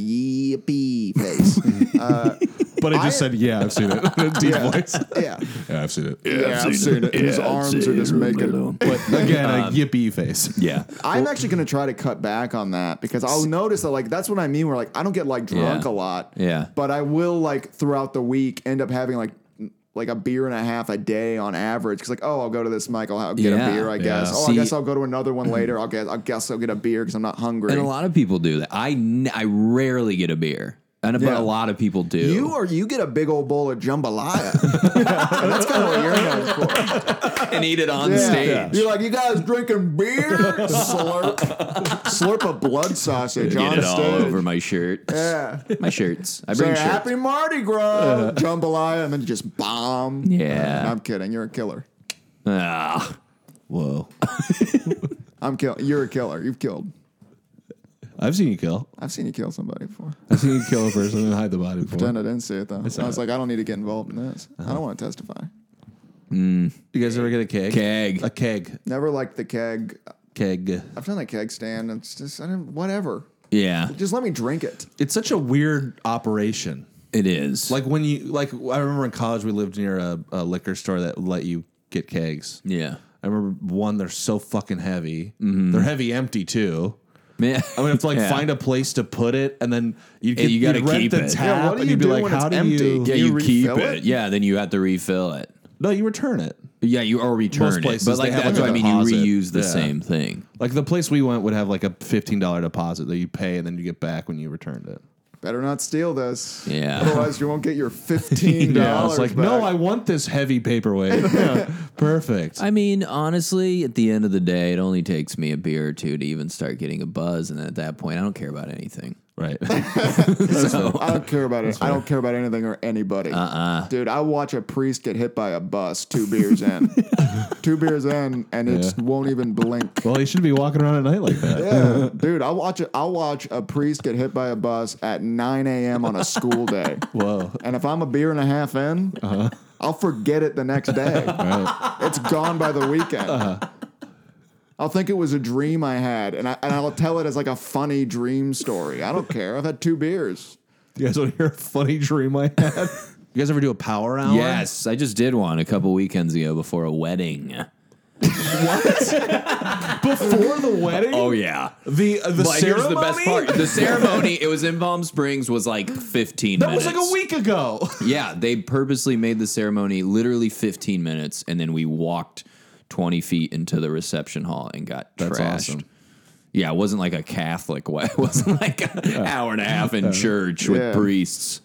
Speaker 4: yippee face. uh,
Speaker 3: But I
Speaker 4: I-
Speaker 3: just said, yeah, I've seen it. In a deep voice.
Speaker 4: yeah.
Speaker 3: Yeah, I've seen it.
Speaker 4: Yeah, I've seen it. His arms are just making.
Speaker 3: But um, again, a yippee face.
Speaker 2: Yeah.
Speaker 4: I'm actually going to try to cut back on that because I'll notice that like that's what I mean. Where like I don't get like drunk
Speaker 2: Yeah.
Speaker 4: a lot.
Speaker 2: Yeah.
Speaker 4: But I will like throughout the week end up having like n- like a beer and a half a day on average. Cause like oh I'll go to this mic I'll ha- get
Speaker 2: Yeah.
Speaker 4: a beer I guess.
Speaker 3: Yeah.
Speaker 4: Oh I
Speaker 2: See-
Speaker 4: guess I'll go to another one later. I'll guess I guess I'll get a beer because I'm not hungry.
Speaker 2: And a lot of people do that. I, n- I rarely get a beer. And but
Speaker 4: Yeah.
Speaker 2: a lot of people do.
Speaker 4: you or you get a big old bowl of jambalaya. And that's kind of what you're known for.
Speaker 2: and eat it on
Speaker 4: Yeah.
Speaker 2: stage.
Speaker 4: You're like, you guys drinking beer? slurp, slurp a blood sausage
Speaker 2: Get
Speaker 4: on
Speaker 2: it all
Speaker 4: stage.
Speaker 2: over my shirt.
Speaker 4: Yeah.
Speaker 2: My shirts. I
Speaker 4: Say
Speaker 2: bring shirts.
Speaker 4: happy Mardi
Speaker 3: Uh-huh.
Speaker 4: Gras, jambalaya, and then just bomb.
Speaker 2: Yeah.
Speaker 4: I'm kidding. You're a killer.
Speaker 2: Ah.
Speaker 3: Whoa.
Speaker 4: I'm kill. You're a killer. You've killed.
Speaker 3: I've seen you kill.
Speaker 4: I've seen you kill somebody before.
Speaker 3: I've seen you kill a person and hide the body before.
Speaker 4: Then I didn't see it though. I was like, I don't need to get involved in this.
Speaker 3: Uh-huh.
Speaker 4: I don't want to testify.
Speaker 3: You guys ever get a keg?
Speaker 2: Keg.
Speaker 3: A keg.
Speaker 4: Never liked the keg.
Speaker 3: Keg.
Speaker 4: I've done the keg stand. It's just I didn't. Whatever.
Speaker 2: Yeah,
Speaker 4: Just let me drink it.
Speaker 3: It's such a weird operation.
Speaker 2: it is.
Speaker 3: Like when you like, I remember in college we lived near a, a liquor store that let you get kegs.
Speaker 2: yeah.
Speaker 3: I remember one. They're so fucking heavy. They're heavy empty too.
Speaker 2: Man,
Speaker 3: I would have to like
Speaker 2: Yeah.
Speaker 3: find a place to put it, and then you'd get
Speaker 2: you
Speaker 3: you would
Speaker 2: gotta
Speaker 3: rent
Speaker 2: keep
Speaker 3: the
Speaker 2: it.
Speaker 3: tap,
Speaker 4: Yeah, what do
Speaker 3: and
Speaker 4: you
Speaker 3: you'd be
Speaker 4: do
Speaker 3: like,
Speaker 4: when
Speaker 3: "How
Speaker 4: it's
Speaker 3: do
Speaker 4: empty?
Speaker 3: you?"
Speaker 2: Yeah,
Speaker 4: you
Speaker 2: you, keep
Speaker 4: refill
Speaker 2: it.
Speaker 4: it?
Speaker 2: Yeah, then you have to refill it.
Speaker 3: No, you return it.
Speaker 2: Yeah, you or return
Speaker 3: Most
Speaker 2: it.
Speaker 3: places,
Speaker 2: but like
Speaker 3: they have,
Speaker 2: that's what
Speaker 3: like, a
Speaker 2: I mean.
Speaker 3: deposit.
Speaker 2: You reuse the
Speaker 3: Yeah.
Speaker 2: same thing.
Speaker 3: Like the place we went would have like a fifteen dollar deposit that you pay, and then you get back when you returned it.
Speaker 4: Better not steal this.
Speaker 2: Yeah.
Speaker 4: Otherwise, you won't get your fifteen
Speaker 3: Yeah, it's
Speaker 4: dollars.
Speaker 3: like no, I want this heavy paperweight. Yeah, Perfect.
Speaker 2: I mean, honestly, at the end of the day, it only takes me a beer or two to even start getting a buzz, and at that point, I don't care about anything.
Speaker 3: Right.
Speaker 4: I don't care about it. I don't care about anything or anybody. Uh-uh. Dude, I watch a priest get hit by a bus two beers in. two beers in, and it
Speaker 3: Yeah.
Speaker 4: won't even blink.
Speaker 3: well, he shouldn't be walking around at night like that.
Speaker 4: Yeah, dude, I'll watch it. I'll watch a priest get hit by a bus at 9 a.m. on a school day.
Speaker 3: Whoa.
Speaker 4: And if I'm a beer and a half in, I'll forget it the next day. It's gone by the weekend. I'll think it was a dream I had, and, I, and I'll tell it as like a funny dream story. I don't care. I've had two beers.
Speaker 3: You guys want to hear a funny dream I had? You guys ever do a power hour?
Speaker 2: Yes, I just did one a couple weekends ago before a wedding.
Speaker 3: Before the wedding?
Speaker 2: Oh yeah,
Speaker 3: The uh, the
Speaker 2: but here's
Speaker 3: ceremony.
Speaker 2: the best part: the ceremony. It was in Palm Springs. Was like 15.
Speaker 3: That
Speaker 2: minutes.
Speaker 3: was like a week ago.
Speaker 2: Yeah, they purposely made the ceremony literally 15 minutes, and then we walked 20 feet into the reception hall and got
Speaker 3: That's
Speaker 2: trashed.
Speaker 3: awesome.
Speaker 2: Yeah, it wasn't like a Catholic way. It wasn't like an hour and a half in church with
Speaker 4: Yeah.
Speaker 2: priests.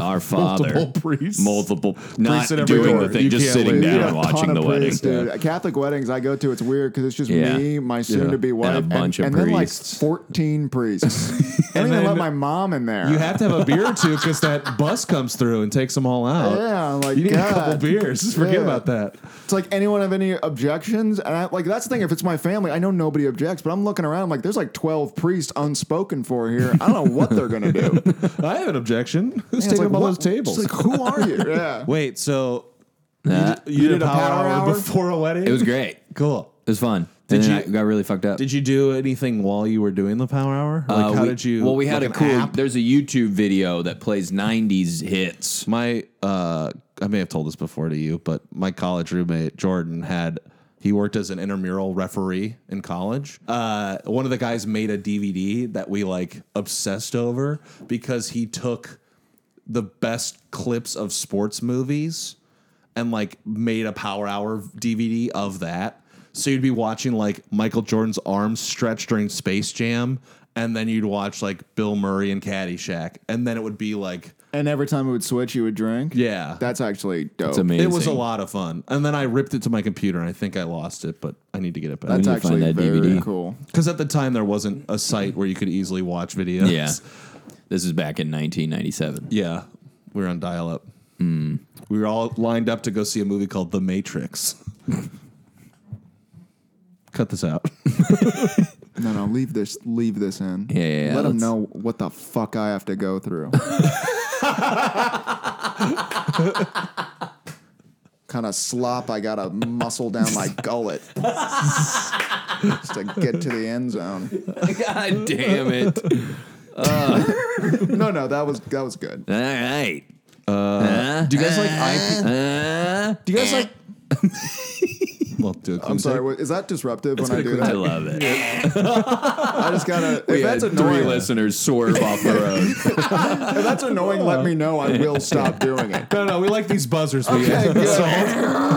Speaker 2: Our Father,
Speaker 3: Mm-hmm. Multiple priests.
Speaker 2: multiple, not
Speaker 3: Priests at every
Speaker 2: doing
Speaker 3: door.
Speaker 2: the thing,
Speaker 3: You
Speaker 2: just
Speaker 3: can't
Speaker 2: sitting
Speaker 3: leave.
Speaker 4: You
Speaker 2: down and
Speaker 4: need a ton
Speaker 2: watching
Speaker 4: of
Speaker 2: the wedding.
Speaker 4: priests, dude. Catholic weddings I go to, it's weird because it's just
Speaker 2: Yeah.
Speaker 4: me, my soon-to-be wife,
Speaker 2: And a bunch
Speaker 4: and,
Speaker 2: of
Speaker 4: then like
Speaker 2: priests.
Speaker 4: 14 priests. I
Speaker 3: And
Speaker 4: didn't even
Speaker 3: then
Speaker 4: let my mom in there.
Speaker 3: You have to have a beer or two because that bus comes through and takes them all out.
Speaker 4: yeah, I'm like
Speaker 3: You need
Speaker 4: God.
Speaker 3: a couple beers. Just forget
Speaker 4: Yeah.
Speaker 3: about that.
Speaker 4: It's like anyone have any objections? And I, like that's the thing. If it's my family, I know nobody objects. But I'm looking around, I'm like there's like 12 priests unspoken for here. I don't know what they're gonna do. And it's
Speaker 3: I have an objection. Who's
Speaker 4: like,
Speaker 3: taking up all
Speaker 4: what-
Speaker 3: those tables?
Speaker 4: It's like who are you? Yeah.
Speaker 3: Wait, so
Speaker 2: Nah,
Speaker 3: you, did, a power, hour, before a wedding?
Speaker 2: it was great. It
Speaker 3: Cool.
Speaker 2: was fun.
Speaker 3: Did
Speaker 2: Did you
Speaker 3: you-
Speaker 2: got really fucked up?
Speaker 3: Did you do anything while you were doing the power hour? Like,
Speaker 2: Uh,
Speaker 3: how
Speaker 2: we-
Speaker 3: did you?
Speaker 2: Well, we had
Speaker 3: like
Speaker 2: a
Speaker 3: an
Speaker 2: cool.
Speaker 3: app?
Speaker 2: There's a YouTube video that plays '90s hits.
Speaker 3: My, uh, I may have told this before to you, but my college roommate Jordan had. He worked as an intramural referee in college. Uh, one of the guys made a DVD that we like obsessed over because he took the best clips of sports movies and like made a power hour DVD of that. So you'd be watching like Michael Jordan's arms stretch during Space Jam, and then you'd watch like Bill Murray and Caddyshack, and then it would be like
Speaker 4: And every time we would switch, you would drink.
Speaker 3: yeah,
Speaker 4: That's actually dope.
Speaker 2: It's amazing.
Speaker 3: it was a lot of fun. And then I ripped it to my computer, and I think I lost it, but I need to get it back.
Speaker 4: That's
Speaker 2: need to
Speaker 4: actually
Speaker 2: find that
Speaker 4: very
Speaker 2: DVD.
Speaker 4: cool.
Speaker 3: Because at the time there wasn't a site where you could easily watch videos.
Speaker 2: Yeah. This is back in 1997.
Speaker 3: yeah, we were on dial-up. We were all lined up to go see a movie called The Matrix. Cut this out.
Speaker 4: No, no, leave this, leave this in.
Speaker 2: Yeah, yeah, yeah,
Speaker 4: Let them
Speaker 2: let's-
Speaker 4: know what the fuck I have to go through. kind of slop I gotta muscle down my gullet just to get to the end zone.
Speaker 2: God damn it. All
Speaker 4: No, no, that was that was good.
Speaker 2: right. Uh,
Speaker 3: Do you guys like IP?
Speaker 2: uh,
Speaker 3: Do you guys like? well, do a clean
Speaker 4: I'm sorry.
Speaker 3: take.
Speaker 4: what- Is that disruptive when I do
Speaker 2: I
Speaker 4: that?
Speaker 2: love it.
Speaker 4: I just gotta. If
Speaker 2: we had
Speaker 4: that's
Speaker 2: three
Speaker 4: annoying,
Speaker 2: listeners swerve off the road.
Speaker 4: if that's annoying, let me know. I will stop doing it.
Speaker 3: No, no, we like these buzzers. We
Speaker 4: Okay,
Speaker 3: get.
Speaker 4: good.
Speaker 3: So-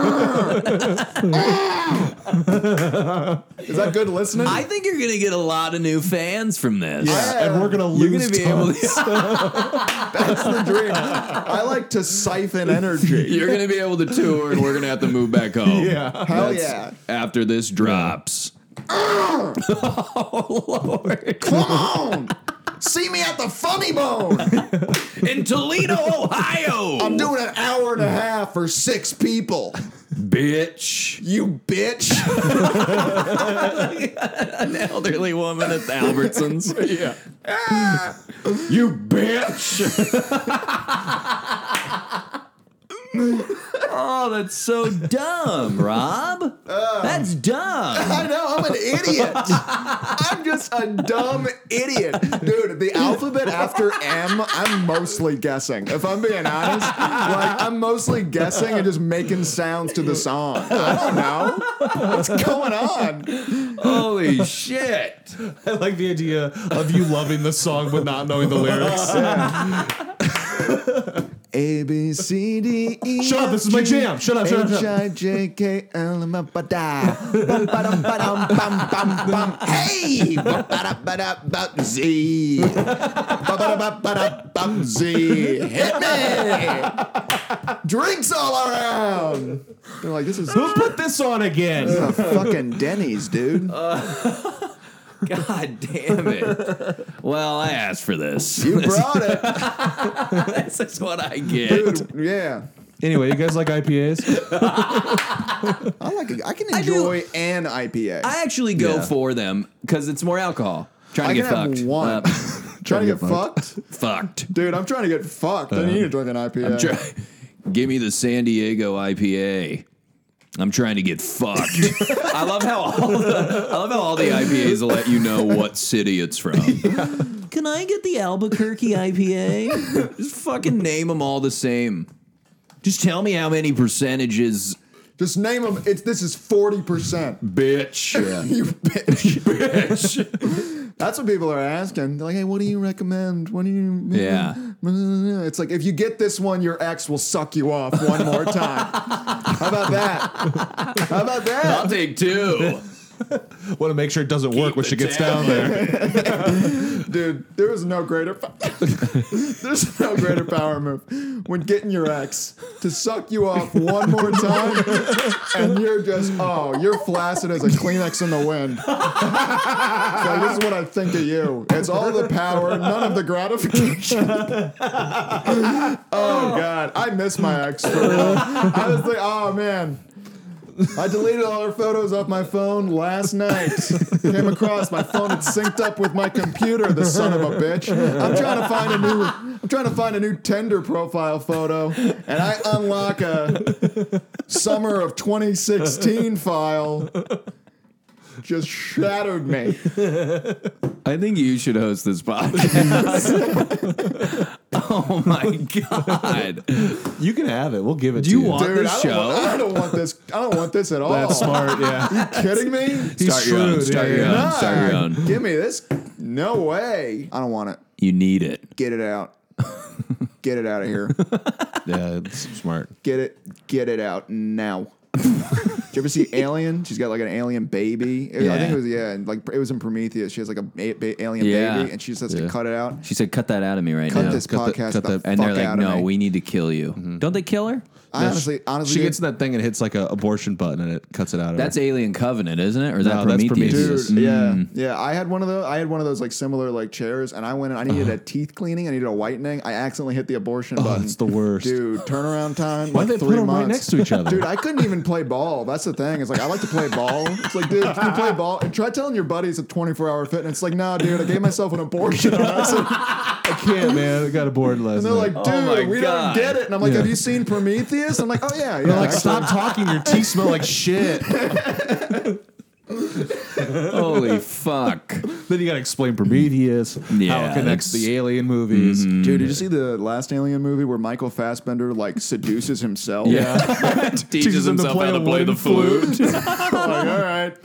Speaker 4: Is that good listening?
Speaker 2: I think you're going to get a lot of new fans from this.
Speaker 3: yeah, and we're gonna
Speaker 2: You're going
Speaker 3: lose.
Speaker 2: to be able
Speaker 3: tons.
Speaker 2: to,
Speaker 4: That's the dream. I like to siphon energy.
Speaker 2: you're going to be able to tour and we're going to have to move back home.
Speaker 3: yeah.
Speaker 4: Hell yeah.
Speaker 2: After this drops. oh Lord.
Speaker 4: Come on. See me at the funny bone.
Speaker 2: In Toledo, Ohio.
Speaker 4: I'm doing an hour and a half for six people.
Speaker 2: bitch.
Speaker 4: You bitch.
Speaker 2: An elderly woman at the Albertsons. yeah.
Speaker 4: Ah. You bitch.
Speaker 2: Oh, that's so dumb, Rob.
Speaker 4: Ah.
Speaker 2: that's dumb.
Speaker 4: I know, I'm an idiot. I'm just a dumb idiot. Dude, the alphabet after M, I'm mostly guessing. If I'm being honest, like I'm mostly guessing and just making sounds to the song. I don't know. What's going on?
Speaker 2: Holy shit.
Speaker 3: I like the idea of you loving the song but not knowing the lyrics.
Speaker 4: A B C D E.
Speaker 3: Shut up, Oh, this is my jam. Shut up, shut up, shut up.
Speaker 4: H I J K L M N O P Q R S T U V W Hey, Ba-ba-da-ba-da-ba- Z. Ba-ba-da-ba-da-ba- Z. Hit me. Drinks all around. They're like, this is
Speaker 3: Who put this on again?
Speaker 2: Uh,
Speaker 4: a fucking Denny's, dude.
Speaker 2: God damn it. Well, I asked for this.
Speaker 4: You brought it,
Speaker 2: this is what I get.
Speaker 4: dude. Yeah,
Speaker 3: Anyway, you guys like IPAs?
Speaker 4: I like. it. I can
Speaker 2: I do.
Speaker 4: enjoy an IPA.
Speaker 2: I actually go
Speaker 3: Yeah.
Speaker 2: for them because it's more alcohol. Trying
Speaker 4: I
Speaker 2: to
Speaker 4: can
Speaker 2: get
Speaker 4: have
Speaker 2: fucked.
Speaker 4: one.
Speaker 2: Uh,
Speaker 4: trying to get fucked,
Speaker 2: fucked. Uh,
Speaker 4: dude. I'm trying to get fucked. I need to drink an IPA.
Speaker 2: Try, give me the San Diego IPA. I'm trying to get fucked. I love how all the, I love how all the IPAs will let you know what city it's from. Can I get the Albuquerque IPA? Just fucking name them all the same. Just tell me how many percentages,
Speaker 4: Just name them. It's this is forty percent.
Speaker 2: bitch.
Speaker 4: You bitch. That's what people are asking. They're like, hey, what do you recommend? What do you?
Speaker 2: Yeah.
Speaker 4: It's like if you get this one, your ex will suck you off one more time. How about that? How about that?
Speaker 2: I'll take two.
Speaker 3: Want to make sure it doesn't work when
Speaker 2: it
Speaker 3: she gets
Speaker 2: down.
Speaker 3: down there.
Speaker 4: Dude, there is no greater. po- There's no greater power move when getting your ex to suck you off one more time, and you're just oh, you're flaccid as a Kleenex in the wind. It's like, this is what I think of you. It's all the power, none of the gratification. oh God, I miss my ex for real. I was like, oh man. I deleted all her photos off my phone last night. Came across my phone had synced up with my computer. The son of a bitch. I'm trying to find a new. I'm trying to find a new Tinder profile photo, and I unlock a summer of 2016 file. Just shattered me.
Speaker 2: I think you should host this podcast. oh my god!
Speaker 3: You can have it. We'll give it
Speaker 2: Do
Speaker 3: to
Speaker 2: you
Speaker 3: you.
Speaker 2: want-
Speaker 4: Dude,
Speaker 2: this
Speaker 4: I, don't
Speaker 2: show.
Speaker 4: Want, I don't want this. I don't want this at all.
Speaker 3: That's smart. Yeah.
Speaker 4: You kidding me?
Speaker 3: He's
Speaker 2: Start your own.
Speaker 3: shrewd,
Speaker 2: Start
Speaker 3: yeah,
Speaker 2: your
Speaker 3: yeah.
Speaker 2: own. Start your
Speaker 4: Nah,
Speaker 2: own.
Speaker 4: Give me this. No way. I don't want it.
Speaker 2: You need it.
Speaker 4: Get it out. Get it out of here.
Speaker 3: Yeah, it's smart.
Speaker 4: Get it, get it out now. Did you ever see Alien? She's got like an alien baby. It- I think
Speaker 2: Yeah.
Speaker 4: it was yeah, and like it was in Prometheus. She has like a ba- ba- alien
Speaker 2: Yeah.
Speaker 4: baby, and she just has to
Speaker 3: Yeah.
Speaker 4: cut it out.
Speaker 2: She said, "Cut that out of me right
Speaker 4: Cut
Speaker 2: now."
Speaker 4: this
Speaker 3: cut the-
Speaker 4: podcast
Speaker 3: cut
Speaker 4: the,
Speaker 3: the-
Speaker 2: and
Speaker 4: fuck
Speaker 2: they're like,
Speaker 4: out of
Speaker 2: "No,
Speaker 4: me.
Speaker 2: we need to kill you." Don't they kill her?
Speaker 4: I honestly, honestly,
Speaker 3: she
Speaker 4: dude,
Speaker 3: gets in that thing and hits like a abortion button and it cuts it out of
Speaker 2: That's
Speaker 3: her.
Speaker 2: Alien Covenant, isn't it? Or is that
Speaker 3: No, that's
Speaker 2: Prometheus?
Speaker 3: Prometheus.
Speaker 4: dude, yeah, yeah. I had one of those. I had one of those like similar like chairs, and I went. and I needed a teeth cleaning. I needed a whitening. I accidentally hit the abortion button.
Speaker 3: Oh, it's the worst.
Speaker 4: dude. Turnaround time.
Speaker 3: Why
Speaker 4: like
Speaker 3: they
Speaker 4: three
Speaker 3: put them
Speaker 4: months.
Speaker 3: right next to each other?
Speaker 4: Dude, I couldn't even play ball. That's the thing. It's like I like to play ball. It's like, dude, can you play ball? And try telling your buddies at 24 hour fitness. It's like, nah, dude, I gave myself an abortion. on accident."
Speaker 3: I can't, man. I got aborted last
Speaker 4: And they're like, dude,
Speaker 2: my
Speaker 4: we
Speaker 2: God.
Speaker 4: don't get it. And I'm
Speaker 3: Oh
Speaker 4: like,
Speaker 3: Yeah.
Speaker 4: have you seen Prometheus? I'm like, oh yeah, yeah.
Speaker 3: like,
Speaker 4: actually."
Speaker 3: stop talking. Your teeth smell like shit.
Speaker 2: Holy fuck!
Speaker 3: then you got to explain Prometheus, how
Speaker 2: Yeah, Mm-hmm.
Speaker 3: it connects
Speaker 2: that's-
Speaker 3: the alien movies.
Speaker 4: Dude, did you see the last Alien movie where Michael Fassbender like seduces himself?
Speaker 2: Yeah, teaches
Speaker 3: him to
Speaker 2: himself
Speaker 3: play
Speaker 2: how
Speaker 3: a
Speaker 2: to play the
Speaker 3: wooden
Speaker 2: flute.
Speaker 4: I'm like, all right.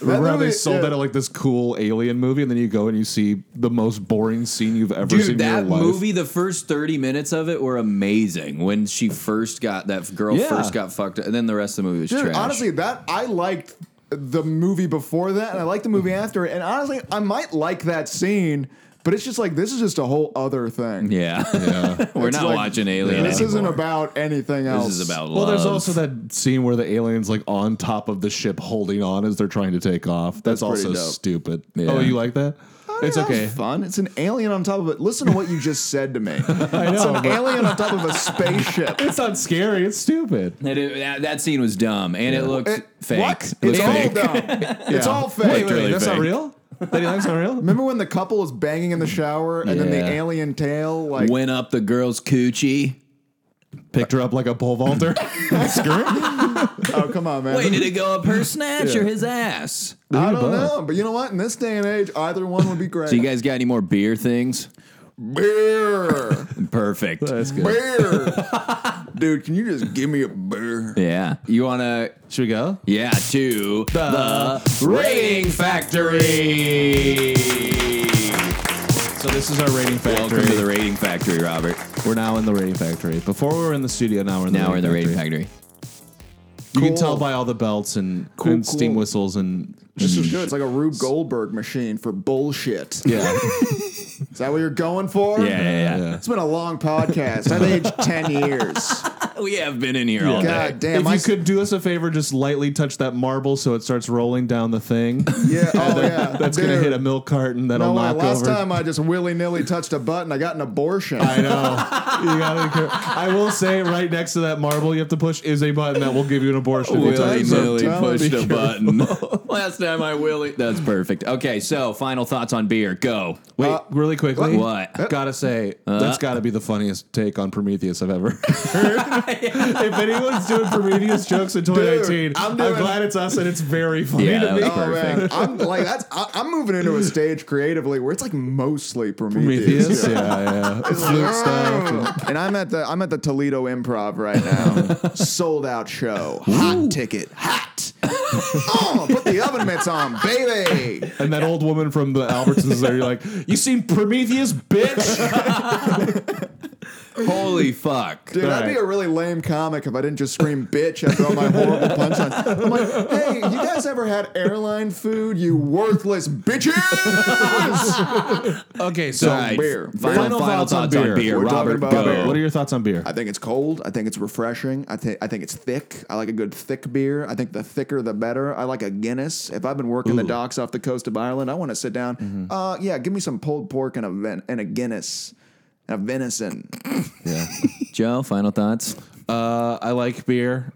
Speaker 3: Remember how
Speaker 4: movie-
Speaker 3: they sold
Speaker 4: yeah.
Speaker 3: that at like this cool alien movie, and then you go and you see the most boring scene you've ever seen
Speaker 2: Dude,
Speaker 3: in your
Speaker 2: that
Speaker 3: life.
Speaker 2: movie, the first 30 minutes of it were amazing. When she first got that girl
Speaker 3: Yeah.
Speaker 2: first got fucked, and then the rest of the movie was
Speaker 4: Dude,
Speaker 2: trash.
Speaker 4: honestly, that I liked the movie before that, and I liked the movie
Speaker 2: Mm-hmm.
Speaker 4: after it. And honestly, I might like that scene, but it's just like this is just a whole other thing.
Speaker 2: yeah, we're
Speaker 4: It's
Speaker 2: not
Speaker 4: like-
Speaker 2: watching Alien.
Speaker 4: This
Speaker 2: anymore.
Speaker 4: isn't about anything else.
Speaker 2: This is about
Speaker 3: Well, there's
Speaker 2: love.
Speaker 3: also that scene where the aliens like on top of the ship holding on as they're trying to take off. That's,
Speaker 4: That's pretty
Speaker 3: also
Speaker 4: dope.
Speaker 3: stupid.
Speaker 2: Yeah.
Speaker 3: Oh, you like that? it's
Speaker 4: Yeah, that was
Speaker 3: okay.
Speaker 4: Fun. It's an alien on top of it. Listen to what you just said to me. it's an alien on top of a spaceship.
Speaker 3: It's not scary. It's stupid.
Speaker 2: It- it- that, that scene was dumb, and it looked
Speaker 4: It-
Speaker 2: fake.
Speaker 4: What?
Speaker 2: It
Speaker 4: It's
Speaker 2: looked
Speaker 4: all
Speaker 2: fake.
Speaker 4: dumb. It's all fake.
Speaker 3: Wait, wait,
Speaker 2: really
Speaker 3: that's not
Speaker 2: fake.
Speaker 3: real. That alien's not real.
Speaker 4: Remember when the couple was banging in the shower and then the
Speaker 2: Yeah.
Speaker 4: alien tail like
Speaker 2: Went up the girl's coochie.
Speaker 3: Picked her up like a pole vaulter.
Speaker 4: oh come on man
Speaker 2: Wait, did it go up her snatch or his ass?
Speaker 4: I don't
Speaker 3: both.
Speaker 4: know but you know what in this day and age either one would be great
Speaker 2: So you guys got any more beer things?
Speaker 4: beer
Speaker 2: Perfect.
Speaker 3: that's good.
Speaker 4: beer dude can you just give me a beer
Speaker 2: Yeah. You wanna
Speaker 3: Should we go?
Speaker 2: yeah, to the, rating factory.
Speaker 3: So this is our rating
Speaker 2: Welcome
Speaker 3: factory.
Speaker 2: to the rating factory, Robert.
Speaker 3: We're now in the rating factory. Before we were in the studio, now we're in the
Speaker 2: Now we're in the rating
Speaker 3: rating
Speaker 2: factory.
Speaker 3: You can
Speaker 4: Cool.
Speaker 3: tell by all the belts and,
Speaker 4: Cool,
Speaker 3: and steam
Speaker 4: cool.
Speaker 3: whistles and
Speaker 4: This is good. It's like a Rube Goldberg machine for bullshit.
Speaker 3: yeah,
Speaker 4: Is that what you're going for?
Speaker 2: Yeah, yeah, yeah.
Speaker 3: yeah.
Speaker 4: It's been a long podcast. I've aged 10 years.
Speaker 2: we have been in here all day.
Speaker 4: God damn!
Speaker 3: if
Speaker 4: I
Speaker 3: you
Speaker 4: s-
Speaker 3: could do us a favor, just lightly touch that marble so it starts rolling down the thing.
Speaker 4: Yeah. Oh yeah.
Speaker 3: That's gonna
Speaker 4: Dude.
Speaker 3: hit a milk carton that'll
Speaker 4: No, lie,
Speaker 3: knock
Speaker 4: last
Speaker 3: over.
Speaker 4: time I just willy nilly touched a button, I got an abortion.
Speaker 3: I know. You gotta be care- I will say, right next to that marble you have to push is a button that will give you an abortion. if you touch
Speaker 2: Willy
Speaker 3: it.
Speaker 2: nilly
Speaker 4: I'm telling
Speaker 2: pushed
Speaker 4: you.
Speaker 2: a button. Last time I willy. That's perfect. Okay, so final thoughts on beer. Go.
Speaker 3: Wait,
Speaker 4: Uh,
Speaker 3: really quickly.
Speaker 2: What? Uh,
Speaker 3: Gotta say, that's gotta be the funniest take on Prometheus I've ever heard. if anyone's doing Prometheus jokes in 2019,
Speaker 4: I'm
Speaker 3: I'm,
Speaker 4: doing-
Speaker 3: glad it's us and it's very funny
Speaker 2: Yeah,
Speaker 3: to
Speaker 2: that
Speaker 3: me.
Speaker 2: was
Speaker 4: Oh man, I'm like that's. I, I'm moving into a stage creatively where it's like mostly Prometheus.
Speaker 3: Prometheus, yeah, yeah. Flute stuff.
Speaker 4: and I'm at the I'm at the Toledo Improv right now. Sold out show. Hot ticket. Hot. oh, put the oven mitts on, baby.
Speaker 3: And that old woman from the Albertsons is there. You're like, you seen Prometheus, bitch?
Speaker 2: Holy fuck.
Speaker 4: Dude, I'd be
Speaker 3: Right.
Speaker 4: a really lame comic if I didn't just scream bitch after all my horrible punchlines. I'm like, hey, you guys ever had airline food, you worthless bitches?
Speaker 3: okay, so
Speaker 2: All right,
Speaker 4: beer.
Speaker 2: Final, final thoughts, on beer.
Speaker 4: We're talking
Speaker 2: Robert,
Speaker 4: about
Speaker 2: go.
Speaker 4: beer.
Speaker 3: what are your thoughts on beer?
Speaker 4: I think it's cold. I think it's refreshing. I think I think it's thick. I like a good thick beer. I think the thicker the better. I like a Guinness. If I've been working the docks off the coast of Ireland, I want to sit down. Uh, yeah, give me some pulled pork and a ven- and a Guinness. and A venison.
Speaker 2: Joe, final thoughts.
Speaker 3: Uh, I like beer,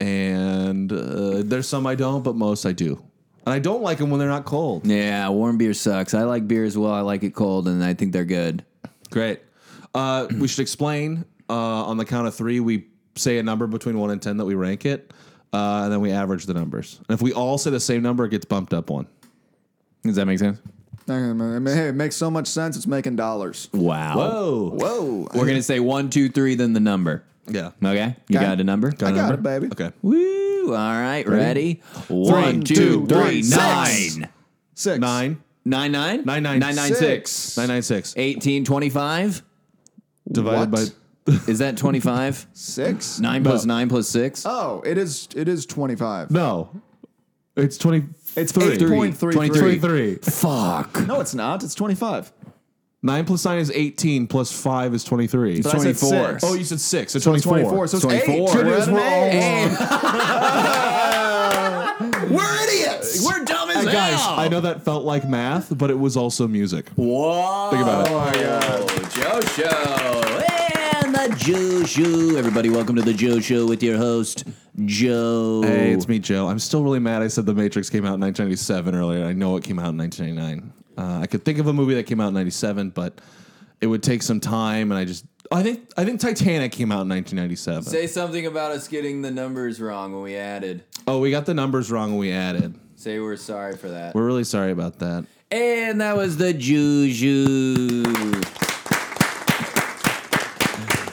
Speaker 3: and uh, there's some I don't, but most I do. And I don't like them when they're not cold.
Speaker 2: Yeah, warm beer sucks. I like beer as well. I like it cold, and I think they're good.
Speaker 3: Great. Uh, we should explain uh, on the count of three. We say a number between one and ten that we rank it, uh, and then we average the numbers. And if we all say the same number, it gets bumped up one.
Speaker 2: Does that make sense?
Speaker 4: I mean, hey, it makes so much sense. It's making dollars.
Speaker 2: Wow.
Speaker 4: Oh.
Speaker 3: Whoa.
Speaker 4: Whoa.
Speaker 2: We're gonna say one, two, three, then the number.
Speaker 3: Yeah.
Speaker 2: Okay, you
Speaker 4: Okay.
Speaker 2: got a number.
Speaker 4: I got it, baby.
Speaker 3: Okay.
Speaker 2: Woo! All right, ready? One,
Speaker 4: two,
Speaker 2: two,
Speaker 4: three,
Speaker 2: three,
Speaker 4: six.
Speaker 2: nine.
Speaker 4: Six.
Speaker 3: Nine.
Speaker 2: Nine, nine?
Speaker 3: Nine, nine,
Speaker 2: Nine, nine,
Speaker 4: six.
Speaker 2: six.
Speaker 3: Nine nine six.
Speaker 2: 18, 25.
Speaker 3: Divided
Speaker 4: What?
Speaker 3: by.
Speaker 2: Is that 25?
Speaker 4: Six.
Speaker 2: Nine plus nine plus six?
Speaker 4: Oh, it is. It is twenty-five.
Speaker 3: No. It's twenty.
Speaker 4: It's
Speaker 3: three.
Speaker 4: eight point three three.
Speaker 2: 23.
Speaker 3: Three.
Speaker 2: Fuck.
Speaker 4: No, it's not. It's twenty-five.
Speaker 3: Nine plus nine is eighteen. Plus five is twenty-three.
Speaker 4: But I said
Speaker 2: 24.
Speaker 4: six.
Speaker 3: Oh, you said six. So,
Speaker 4: It's
Speaker 3: 24.
Speaker 4: twenty-four. So it's
Speaker 2: 24.
Speaker 4: eight. It is, we're all
Speaker 2: Hey,
Speaker 4: We're idiots.
Speaker 2: we're dumb as
Speaker 3: Hey, guys,
Speaker 2: hell.
Speaker 3: I know that felt like math, but it was also music.
Speaker 2: Whoa.
Speaker 3: Think about it.
Speaker 4: Oh my god.
Speaker 2: Joe Show. And the Joe Show. Everybody, welcome to the Joe Show with your host, Joe.
Speaker 3: Hey, it's me, Joe. I'm still really mad. I said The Matrix came out in 1997 earlier. I know it came out in 1999. Uh, I could think of a movie that came out in 97, but it would take some time. And I just, I think, I think Titanic came out in 1997.
Speaker 2: Say something about us getting the numbers wrong when we added.
Speaker 3: oh, we got the numbers wrong when we added.
Speaker 2: Say we're sorry for that.
Speaker 3: We're really sorry about that.
Speaker 2: And that was the Juju.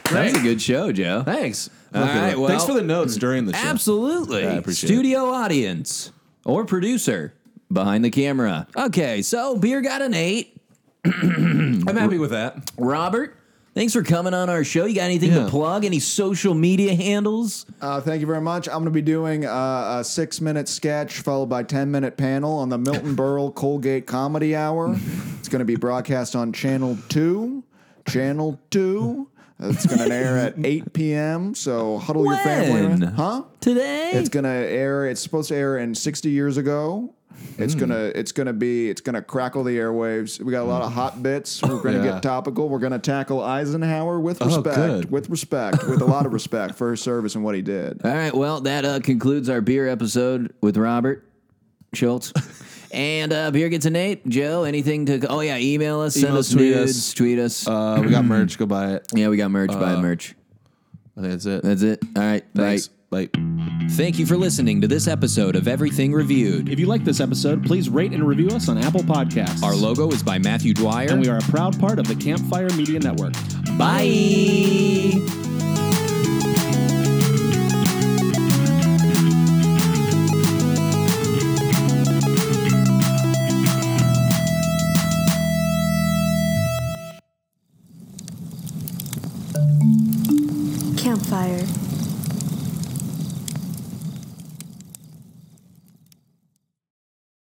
Speaker 2: That was a good show, Joe.
Speaker 3: Thanks.
Speaker 2: All
Speaker 3: Look at
Speaker 2: right,
Speaker 3: that.
Speaker 2: well-
Speaker 3: thanks for the notes during the show.
Speaker 2: Absolutely.
Speaker 3: Yeah, I appreciate
Speaker 2: Studio audience or producer behind the camera. Okay, so beer got an eight.
Speaker 3: I'm happy with that.
Speaker 2: Robert, thanks for coming on our show. You got anything
Speaker 3: Yeah.
Speaker 2: to plug? Any social media handles?
Speaker 4: Uh, thank you very much. I'm going to be doing uh, a six minute sketch followed by 10 minute panel on the Milton Berle Colgate Comedy Hour. It's going to be broadcast on Channel 2. Channel 2. It's going to air at 8 p.m. So huddle your
Speaker 2: When?
Speaker 4: family. around- Huh?
Speaker 2: Today?
Speaker 4: It's gonna air. It's supposed to air in 60 years ago. It's
Speaker 3: Hmm.
Speaker 4: gonna. It's gonna be. It's gonna crackle the airwaves. We got a lot of hot bits. We're gonna
Speaker 3: Yeah.
Speaker 4: get topical. We're gonna tackle Eisenhower with
Speaker 3: Oh,
Speaker 4: respect.
Speaker 3: good.
Speaker 4: With respect. With a lot of respect for his service and what he did.
Speaker 2: All right, well, that uh, concludes our beer episode with Robert Schultz. and uh, beer gets an eight. Joe, anything to. Oh, yeah, email us, send
Speaker 3: Email
Speaker 2: us
Speaker 3: us, tweet
Speaker 2: nudes,
Speaker 3: us.
Speaker 2: tweet us. uh,
Speaker 3: Uh, we got merch. Go buy it.
Speaker 2: yeah, we got merch. buy merch.
Speaker 3: I think that's it.
Speaker 2: That's it. All right, bye.
Speaker 3: Thanks. Bye.
Speaker 2: Thank you for listening to this episode of Everything Reviewed.
Speaker 5: If you like this episode, please rate and review us on Apple Podcasts.
Speaker 2: Our logo is by Matthew Dwyer.
Speaker 5: and we are a proud part of the Campfire Media Network.
Speaker 2: Bye.